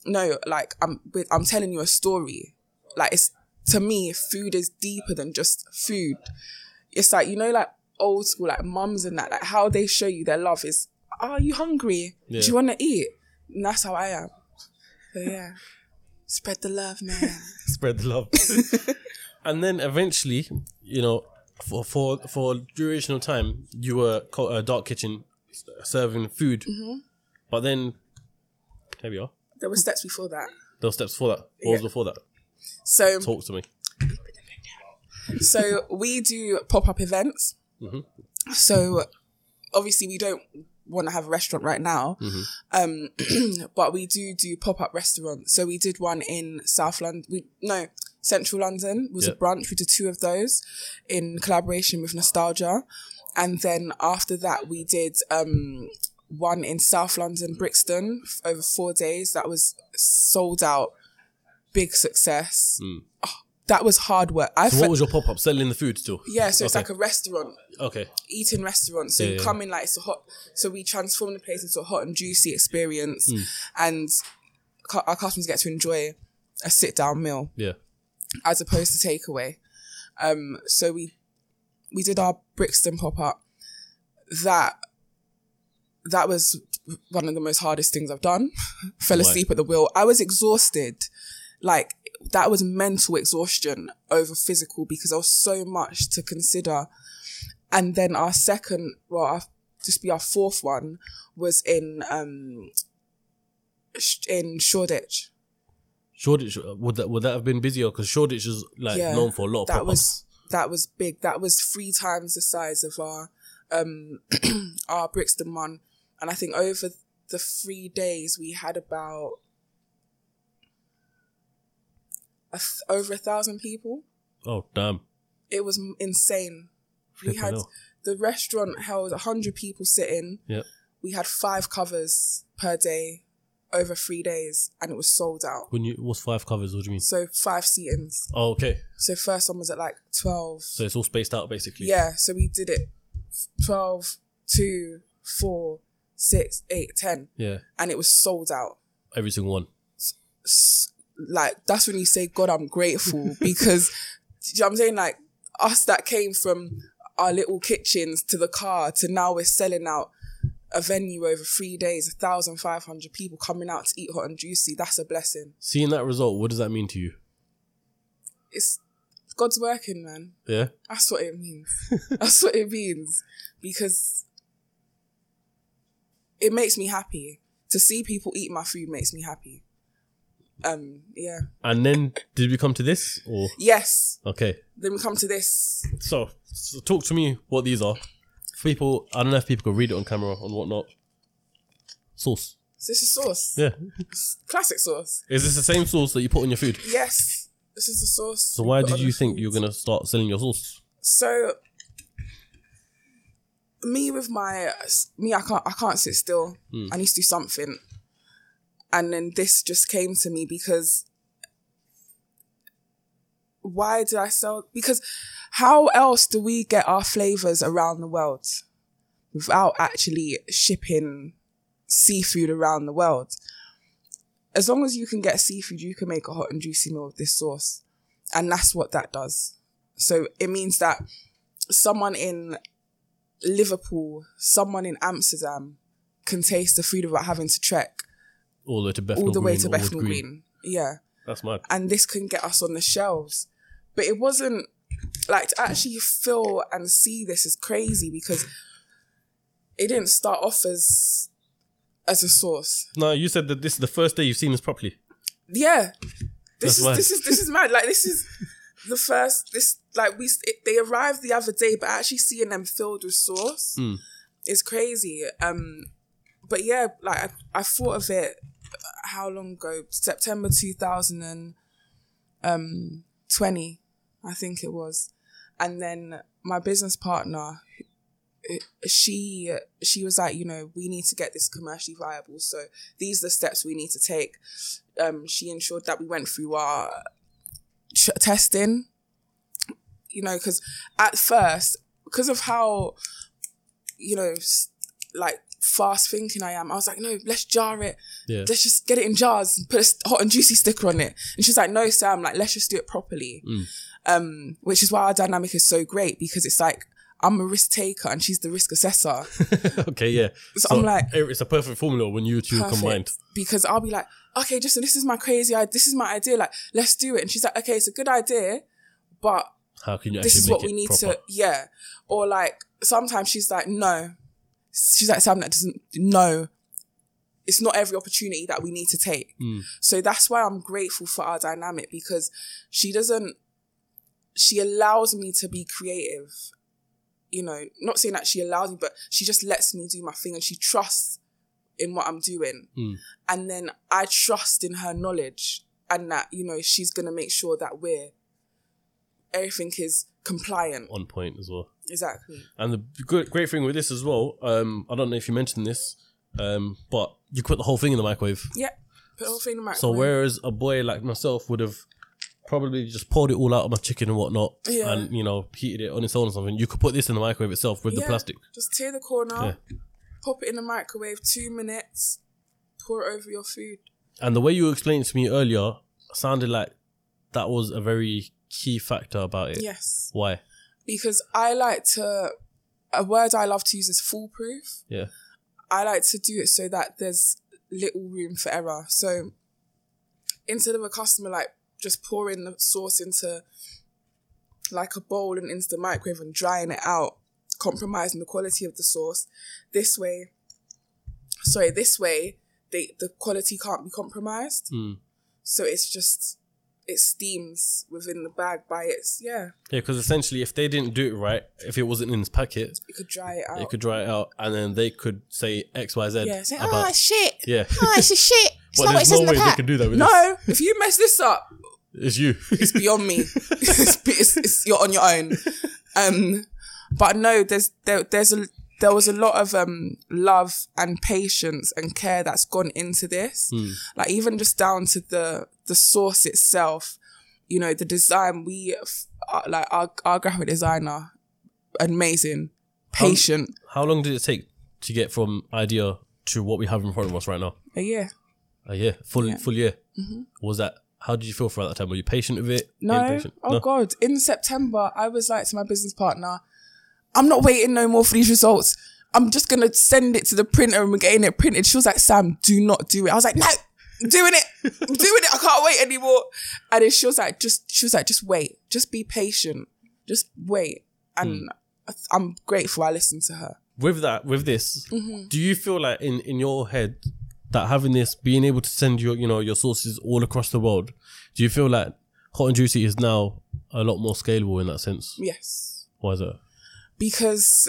S2: No, like I'm with- I'm telling you a story, like it's to me, food is deeper than just food. It's like, you know, like old school, like mums and that, like how they show you their love is, are you hungry?
S1: Yeah.
S2: Do you want to eat? And that's how I am. So yeah. Spread the love, man.
S1: spread the love.
S2: <laughs>
S1: and then eventually, you know, for for for duration of time, you were co- uh, dark kitchen s- serving food,
S2: Mm-hmm.
S1: but then there we are.
S2: there were steps before that.
S1: Those steps before that, what was
S2: Yeah.
S1: before that?
S2: So,
S1: Talk to me.
S2: so we do pop up events.
S1: Mm-hmm.
S2: So obviously we don't want to have a restaurant right now,
S1: Mm-hmm.
S2: um, <clears throat> but we do do pop up restaurants. So we did one in South London. We no Central London was
S1: Yeah.
S2: a branch. We did two of those in collaboration with Nostalgia, and then after that we did. Um, one in South London, Brixton, f- over four days. That was sold out, big success. Oh, that was hard work. I
S1: Mm. So
S2: fe-
S1: what was your pop up selling the food still?
S2: yeah, so it's
S1: Okay.
S2: like a restaurant,
S1: Okay,
S2: eating restaurant. So
S1: Yeah,
S2: you
S1: yeah.
S2: come in like it's a hot. So we transform the place into a hot and juicy experience,
S1: Hmm.
S2: and cu- our customers get to enjoy a sit down meal
S1: yeah,
S2: as opposed to takeaway. Um, so we we did our Brixton pop up. That that was one of the most hardest things I've done. <laughs> Fell
S1: Why?
S2: asleep at the wheel. I was exhausted. Like that was mental exhaustion over physical because there was so much to consider. And then our second, well, our, just be our fourth one was in um sh- in Shoreditch.
S1: Shoreditch uh, would that would that have been busier because Shoreditch is like
S2: Yeah,
S1: known for a lot of
S2: that
S1: pop ups.
S2: was that was big. That was three times the size of our um <clears throat> our Brixton one, and I think over the three days we had about a th- over a thousand people.
S1: Oh damn!
S2: It was m- insane. We
S1: Flipping
S2: had
S1: hell.
S2: the restaurant held hundred people sitting.
S1: Yep.
S2: We had five covers per day over three days, and it was sold out.
S1: When you what's five covers? What do you mean?
S2: So five seatings.
S1: Oh, okay.
S2: So first one was at like twelve.
S1: So it's all spaced out basically.
S2: Yeah, so we did it 12, 2, 4, 6, 8, 10,
S1: yeah.
S2: and it was sold out.
S1: Every single one.
S2: S- Like, that's when you say, God, I'm grateful because, do you know what I'm saying? Like, us that came from our little kitchens to the car to now we're selling out a venue over three days, 1,500 people coming out to eat hot and juicy. That's a blessing.
S1: Seeing that result, what does that mean to you?
S2: It's God's working, man.
S1: Yeah.
S2: That's what it means. That's what it means. Because it makes me happy. To see people eat my food makes me happy. Um, yeah.
S1: And then did we come to this or
S2: Yes.
S1: okay?
S2: Then we come to this.
S1: So, so talk to me what these are. For people, I don't know if people can read it on camera and whatnot. Sauce.
S2: This is sauce.
S1: Yeah.
S2: Classic sauce.
S1: Is this the same sauce that you put on your food?
S2: Yes. This is the sauce.
S1: So why did you think you were gonna start selling your sauce?
S2: So me with my me, I can't I can't sit still. I need to do something. And then this just came to me because why did I sell? Because how else do we get our flavors around the world without actually shipping seafood around the world? As long as you can get seafood, you can make a hot and juicy meal with this sauce. And that's what that does. So it means that someone in Liverpool, someone in Amsterdam can taste the food without having to trek
S1: All the way to Bethnal
S2: all the way
S1: Green
S2: to
S1: or Wood
S2: Bethnal Green. Yeah.
S1: That's mad.
S2: And this can get us on the shelves. But it wasn't like to actually feel and see this is crazy because it didn't start off as as a source.
S1: No, you said that this is the first day you've seen this properly. <laughs>
S2: Yeah.
S1: That's
S2: This is
S1: mad.
S2: this is this is mad. Like this is the first this like we it, they arrived the other day, but actually seeing them filled with sauce is crazy. Um, but yeah, like I, I thought of it uh, how long ago? September two thousand and um twenty, I think it was, and then my business partner. it- She she was like, you know, we need to get this commercially viable. So these are the steps we need to take um, she ensured that we went through our ch- testing. You know, because at first, because of how, you know, s- like fast thinking I am. I was like, no, let's jar it.
S1: Yeah.
S2: Let's just get it in jars and put a st- hot and juicy sticker on it. And she's like, no, Sam, like, let's just do it properly. Um, which is why our dynamic is so great because it's like, I'm a risk taker and she's the risk assessor.
S1: okay, yeah.
S2: So I'm like-
S1: it's a perfect formula when you two
S2: perfect,
S1: combined.
S2: because I'll be like, okay, Justin, this is my crazy idea. This is my idea. Like, let's do it. And she's like, okay, it's a good idea, but
S1: How can you
S2: this is
S1: actually
S2: what
S1: make
S2: we
S1: it
S2: need
S1: proper?
S2: to, yeah. Or like, sometimes she's like, no. She's like, Sam, that doesn't, no. It's not every opportunity that we need to take.
S1: Mm.
S2: So that's why I'm grateful for our dynamic because she doesn't, she allows me to be creative. You know, not saying that she allows me, but she just lets me do my thing and she trusts in what I'm doing.
S1: Mm.
S2: And then I trust in her knowledge and that, you know, she's going to make sure that we're, everything is compliant.
S1: On point as well.
S2: Exactly.
S1: And the good, great thing with this as well, um, I don't know if you mentioned this, um, but you put the whole thing in the microwave.
S2: Yeah. Put the whole thing in the microwave.
S1: So whereas a boy like myself would have probably just poured it all out of my chicken and whatnot,
S2: Yeah.
S1: and you know heated it on its own or something, you could put this in the microwave itself with the
S2: Yeah.
S1: plastic.
S2: Just tear the corner, pop it in the microwave, two minutes, pour it over your food.
S1: And the way you explained it to me earlier sounded like that was a very key factor about it.
S2: Yes.
S1: Why?
S2: Because I like to, a word I love to use is foolproof.
S1: Yeah.
S2: I like to do it so that there's little room for error. So instead of a customer like just pouring the sauce into like a bowl and into the microwave and drying it out, compromising the quality of the sauce, this way, sorry, this way, they, the quality can't be compromised.
S1: Mm.
S2: So it's just, it steams within the bag by its, yeah,
S1: Yeah, because essentially, if they didn't do it right, if it wasn't in this packet,
S2: it could dry it out.
S1: it could dry it out, and then they could say X, Y, Z.
S2: Oh. Yeah, say, "Ah,
S1: about,
S4: Oh shit!
S1: yeah.
S4: Oh, it's a
S1: <laughs>
S4: shit. It's
S1: but
S4: not what it
S1: there's
S4: says
S1: no
S4: in the
S1: way they
S4: pack.
S1: can do that with this.
S2: no, if you mess this up,
S1: It's you. <laughs>
S2: it's beyond me. it's, it's, it's, you're on your own. Um, but no, there's there, there's a there was a lot of um love and patience and care that's gone into this.
S1: Hmm.
S2: Like even just down to the the source itself, you know, the design we f- uh, like our our graphic designer, amazing,
S1: Um,
S2: patient.
S1: How long did it take to get from idea to what we have in front of us right now?
S2: but yeah,
S1: A year, full full year.
S4: Mm-hmm.
S1: Was that? How did you feel throughout that time? Were you patient with it?
S2: No.
S1: Impatient?
S2: Oh
S1: no.
S2: God. In September, I was like to my business partner, I'm not waiting no more for these results. I'm just gonna send it to the printer and we're getting it printed. She was like, Sam, do not do it. I was like, No, I'm doing it. I'm doing it. I can't wait anymore. And then she was like, just she was like, just wait. Just be patient. Just wait. And
S1: Hmm.
S2: I th- I'm grateful I listened to her.
S1: With that, with this,
S4: Mm-hmm.
S1: do you feel like in in your head that having this, being able to send your you know your sources all across the world, do you feel like hot and juicy is now a lot more scalable in that sense?
S2: Yes.
S1: Why is that?
S2: Because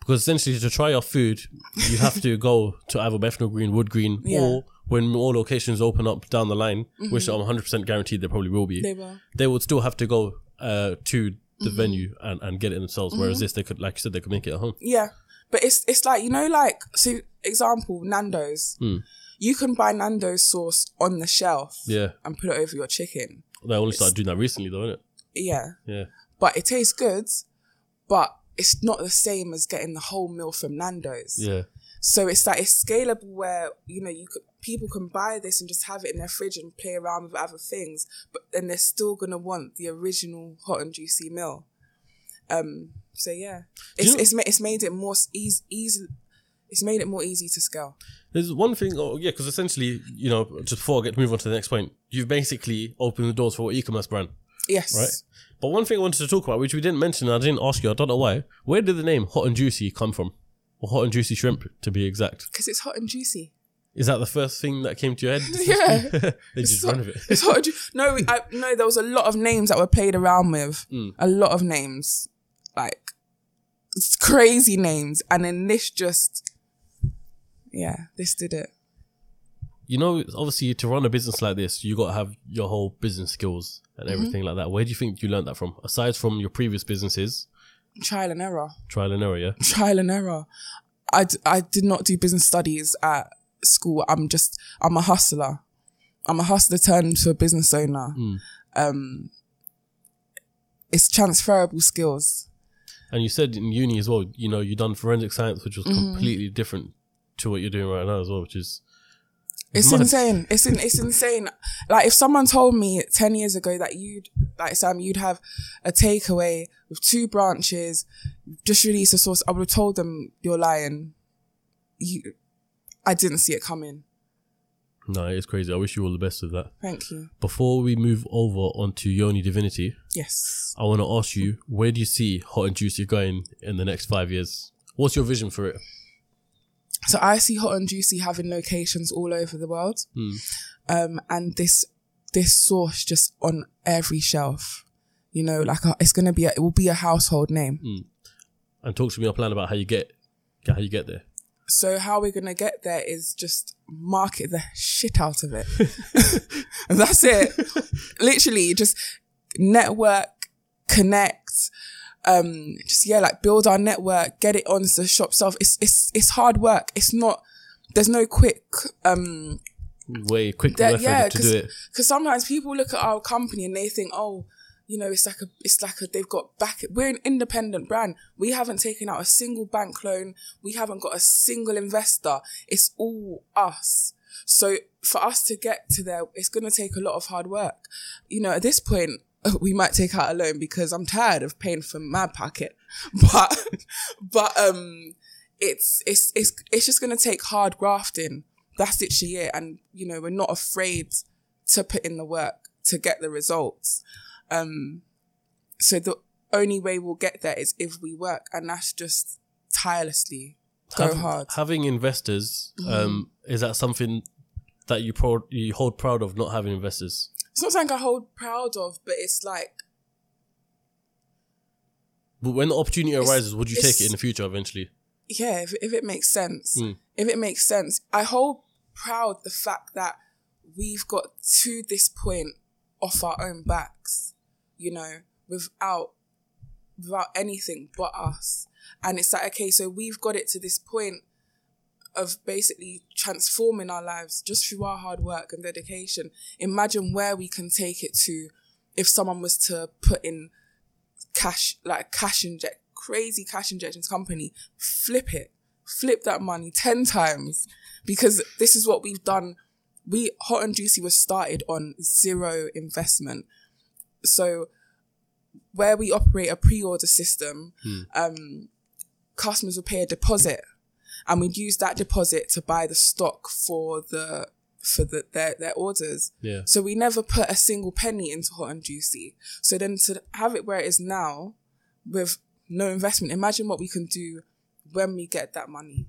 S1: Because essentially, to try your food, you have to go to either Bethnal Green, Wood Green,
S2: Yeah. Mm-hmm.
S1: or when more locations open up down the line, which I'm 100% guaranteed they probably will be,
S2: they Mm-hmm. were
S1: they would still have to go uh, to the venue and, and get it themselves. Whereas
S2: Mm-hmm.
S1: this, they could, like you said, they could make it at home.
S2: Yeah. But it's it's like, you know, like so example, Nando's.
S1: Mm.
S2: You can buy Nando's sauce on the shelf
S1: Yeah.
S2: and put it over your chicken.
S1: They only started doing that recently, though, innit?
S2: Yeah.
S1: Yeah.
S2: But it tastes good, but it's not the same as getting the whole meal from Nando's.
S1: Yeah.
S2: So it's like it's scalable where, you know, you could, people can buy this and just have it in their fridge and play around with other things, but then they're still gonna want the original hot and juicy meal. Um so yeah.
S1: you
S2: It's
S1: know-
S2: it's, ma- it's made it more easy, easy it's made it more easy to scale.
S1: There's one thing, oh, yeah, because essentially, you know, just before I get to move on to the next point, you've basically opened the doors for an e commerce brand,
S2: Yes.
S1: right? But one thing I wanted to talk about, which we didn't mention, and I didn't ask you, I don't know why, where did the name Hot and Juicy come from? Or Hot and Juicy Shrimp, to be exact.
S2: Because it's hot and juicy.
S1: Is that the first thing that came to
S2: <laughs>
S1: your head?
S2: Yeah.
S1: <laughs> they just
S2: <laughs> So-
S1: run with it.
S2: It's hot and ju- no, we, I, no, there was a lot of names that were played around with.
S1: Mm.
S2: A lot of names. Like, it's crazy names. And then this just, yeah, this did it.
S1: you know, it's obviously to run a business like this, you got to have your whole business skills and
S2: Mm-hmm.
S1: everything like that. Where do you think you learned that from? Aside from your previous businesses,
S2: Trial and error. <laughs>
S1: trial and error, yeah?
S2: Trial and error. I, d- I did not do business studies at school. I'm just, I'm a hustler. I'm a hustler turned to a business
S1: Mm.
S2: owner. Um, it's transferable skills.
S1: And you said in uni as well, you know, you done forensic science, which was
S2: Mm-hmm.
S1: completely different to what you're doing right now as well, which is
S2: It's
S1: mad.
S2: insane. It's in, it's insane. Like if someone told me ten years ago that you'd like Sam, you'd have a takeaway with two branches, just release a source, I would have told them you're lying. You, I didn't see it coming.
S1: no, it's crazy. I wish you all the best with that.
S2: Thank you.
S1: Before we move over onto Yoni Divinity,
S2: Yes.
S1: I want to ask you, where do you see Hot and Juicy going in the next five years? What's your vision for it?
S2: So I see Hot and Juicy having locations all over the world, um, and this this source just on every shelf. You know, like a, it's gonna be a, it will be a household name.
S1: And talk to me a plan about how you get how you get there.
S2: So how we're gonna get there is just market the shit out of it. and that's it. Literally, just network, connect, um, just yeah, like build our network, get it onto the shop self. It's it's it's hard work. It's not there's no quick um
S1: Way quick
S2: that-
S1: method
S2: yeah,
S1: to do it.
S2: because sometimes people look at our company and they think, oh, you know, it's like a, it's like a, they've got back. We're an independent brand. We haven't taken out a single bank loan. We haven't got a single investor. It's all us. So for us to get to there, it's going to take a lot of hard work. You know, at this point, <laughs> we might take out a loan because I'm tired of paying for my pocket, <laughs> but, but, um, it's, it's, it's, it's just going to take hard grafting. That's literally it. And, you know, we're not afraid to put in the work to get the results. Um, so the only way we'll get there is if we work, and that's just tirelessly go
S1: Hav-
S2: hard. Mm-hmm.
S1: Having investors, um, is that something that you pro- you hold proud of not having investors?
S2: it's not something I hold proud of, but it's like
S1: But when the opportunity
S2: It's-
S1: arises, would you take it
S2: it's-
S1: in the future eventually?
S2: yeah, if, if it makes sense,
S1: Mm.
S2: if it makes sense, I hold proud the fact that we've got to this point off our own backs, you know, without without anything but us. And it's like, okay, so we've got it to this point of basically transforming our lives just through our hard work and dedication. Imagine where we can take it to if someone was to put in cash like cash inject crazy cash injections company flip it flip that money 10 times because this is what we've done we hot and juicy was started on zero investment so where we operate a pre-order system um customers will pay a deposit and we'd use that deposit to buy the stock for the for the, their their orders
S1: Yeah.
S2: so we never put a single penny into hot and juicy. So then to have it where it is now with no investment, imagine what we can do when we get that money.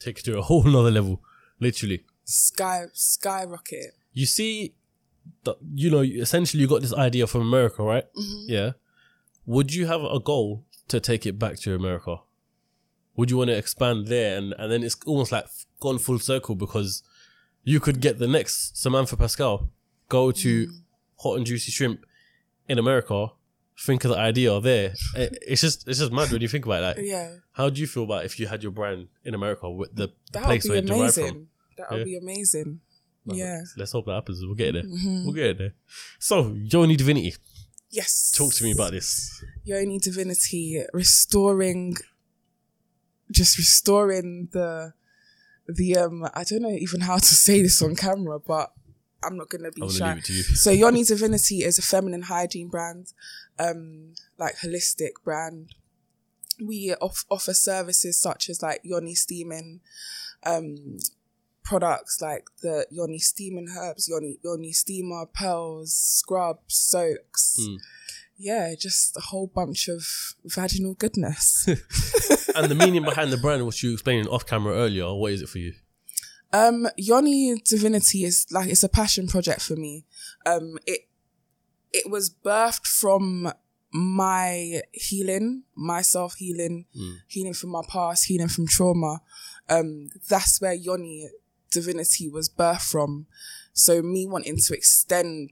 S1: Take it to a whole nother level, literally.
S2: Sky skyrocket.
S1: You see, that you know, essentially you got this idea from America, right?
S2: Mm-hmm.
S1: Yeah. Would you have a goal to take it back to America? Would you want to expand there? And, and then it's almost like gone full circle because you could get the next Samantha Pascal, go to
S2: Mm-hmm.
S1: Hot and Juicy Shrimp in America, think of the idea
S2: <laughs>
S1: there. It- it's just it's just mad when you think about it. Like,
S2: Yeah.
S1: how do you feel about if you had your brand in America with the
S2: That would
S1: place
S2: be
S1: where it derived from?
S2: amazing. That would
S1: Yeah.
S2: be amazing.
S1: Like,
S2: Yeah. Mm-hmm.
S1: Let's hope that happens. We'll get there. We'll get there. So, Johnny Divinity,
S2: Yes.
S1: talk to me about this.
S2: Yoni Divinity, restoring, just restoring the, the um. I don't know even how to say this on camera, but I'm not gonna be
S1: I'm
S2: shy.
S1: gonna leave it to you.
S2: So Yoni Divinity is a feminine hygiene brand, um, like holistic brand. We off- offer services such as like Yoni steaming, um, products like the Yoni steaming herbs, Yoni Yoni steamer, pearls, scrubs, soaks.
S1: Mm.
S2: Yeah, just a whole bunch of vaginal goodness. <laughs>
S1: And the meaning behind the brand, which you explained off camera earlier, what is it for you?
S2: Um, Yoni Divinity is like it's a passion project for me. Um, it it was birthed from my healing, myself healing, healing from my past, healing from trauma. Um, that's where Yoni Divinity was birthed from. So me wanting to extend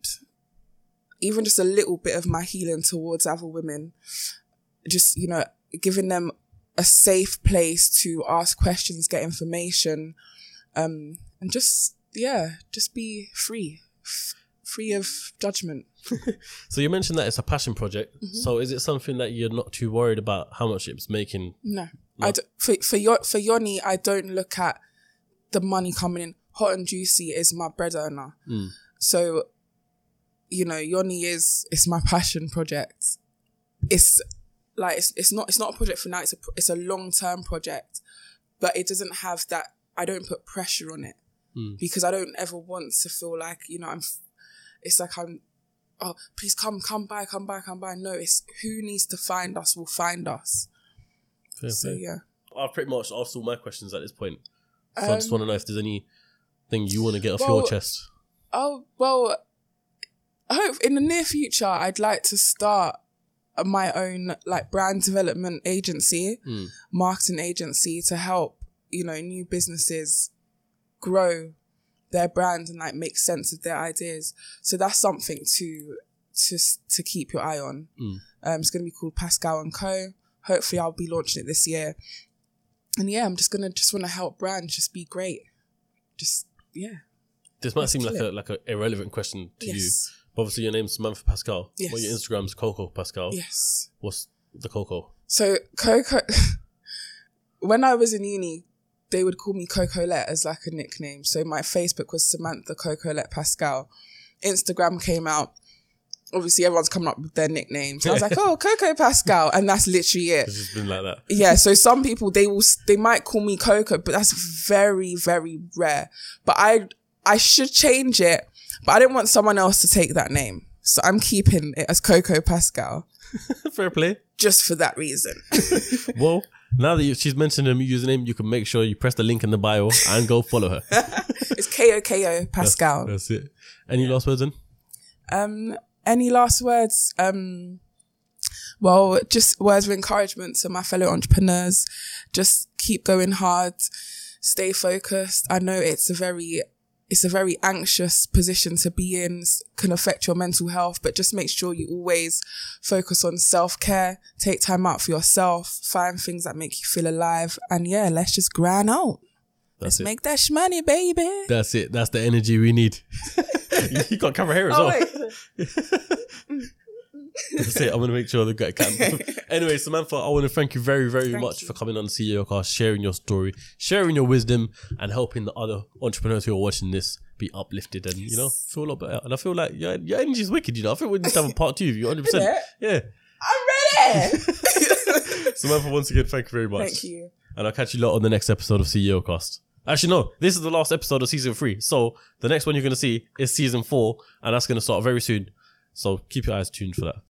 S2: even just a little bit of my healing towards other women, just you know, giving them a safe place to ask questions, get information um, and just yeah, just be free, F- free of judgment.
S1: So you mentioned that it's a passion project.
S2: Mm-hmm.
S1: So is it something that you're not too worried about how much it's making?
S2: No, I d- for for your for Yoni, I don't look at the money coming in. Hot and juicy is my bread earner. So, you know, Yoni is it's my passion project. It's like it's, it's not it's not a project for now. It's a pro- it's a long term project, but it doesn't have that. I don't put pressure on it because I don't ever want to feel like you know I'm. f- It's like I'm. Oh, please come, come by, come by, come by. No, it's who needs to find us will find us.
S1: Fair
S2: So
S1: play.
S2: yeah.
S1: I've pretty much asked all my questions at this point. So I
S2: Um,
S1: just want to know if there's anything you want to get off your
S2: well,
S1: chest.
S2: Oh well, I hope in the near future I'd like to start my own like brand development agency,
S1: Hmm.
S2: marketing agency to help you know new businesses grow their brand and like make sense of their ideas. So that's something to to s- to keep your eye on.
S1: Hmm.
S2: Um, it's going to be called Pascal and Co. Hopefully, I'll be launching it this year. And yeah, I'm just gonna just want to help brands just be great. Just yeah.
S1: This might seem like a
S2: do
S1: like a irrelevant question to you.
S2: Yes.
S1: But obviously your name's Samantha Pascal.
S2: Yes.
S1: Well your Instagram's Coco Pascal.
S2: Yes.
S1: What's the Coco?
S2: So Coco, <laughs> when I was in uni, they would call me Cocolette as like a nickname. So my Facebook was Samantha Cocolette Pascal. Instagram came out. Obviously, everyone's coming up with their nicknames. I was like, oh, Coco Pascal, and that's literally it.
S1: It's just been like
S2: <laughs>
S1: that.
S2: Yeah. So some people they will they might call me Coco, but that's very very rare. But I I should change it, but I don't want someone else to take that name. So I'm keeping it as Coco Pascal
S1: Fair play.
S2: just for that reason.
S1: Well, now that you, she's mentioned her username, you can make sure you press the link in the bio and go follow her.
S2: <laughs> It's KOKO Pascal.
S1: That's it. Any last words then?
S2: Um, any last words? Um, well, just words of encouragement to my fellow entrepreneurs. Just keep going hard, stay focused. I know it's a very it's a very anxious position to be in, s- can affect your mental health, but just make sure you always focus on self care, take time out for yourself, find things that make you feel alive, and yeah, let's just grind out.
S1: That's
S2: Let's
S1: it.
S2: make that sh money, baby.
S1: That's it. That's the energy we
S2: <laughs>
S1: need. you got camera here as
S2: Oh,
S1: well.
S2: wait.
S1: That's it. I'm gonna make sure they've got a camera.
S2: <laughs>
S1: anyway, Samantha, I want to thank you very, very
S2: Thank
S1: much
S2: you.
S1: for coming on the CEO Car, sharing your story, sharing your wisdom, and helping the other entrepreneurs who are watching this be uplifted and you know feel a lot better. And I feel like your your energy is wicked. You know, I think we need to have a part two. of You
S2: <laughs>
S1: 100. percent Yeah,
S2: I'm ready.
S1: Samantha, once again, thank you very much.
S2: Thank you.
S1: And I'll catch you lot on the next episode of CEO Cast. Actually, no, this is the last episode of season three. So the next one you're going to see is season four, and that's going to start very soon. So keep your eyes tuned for that.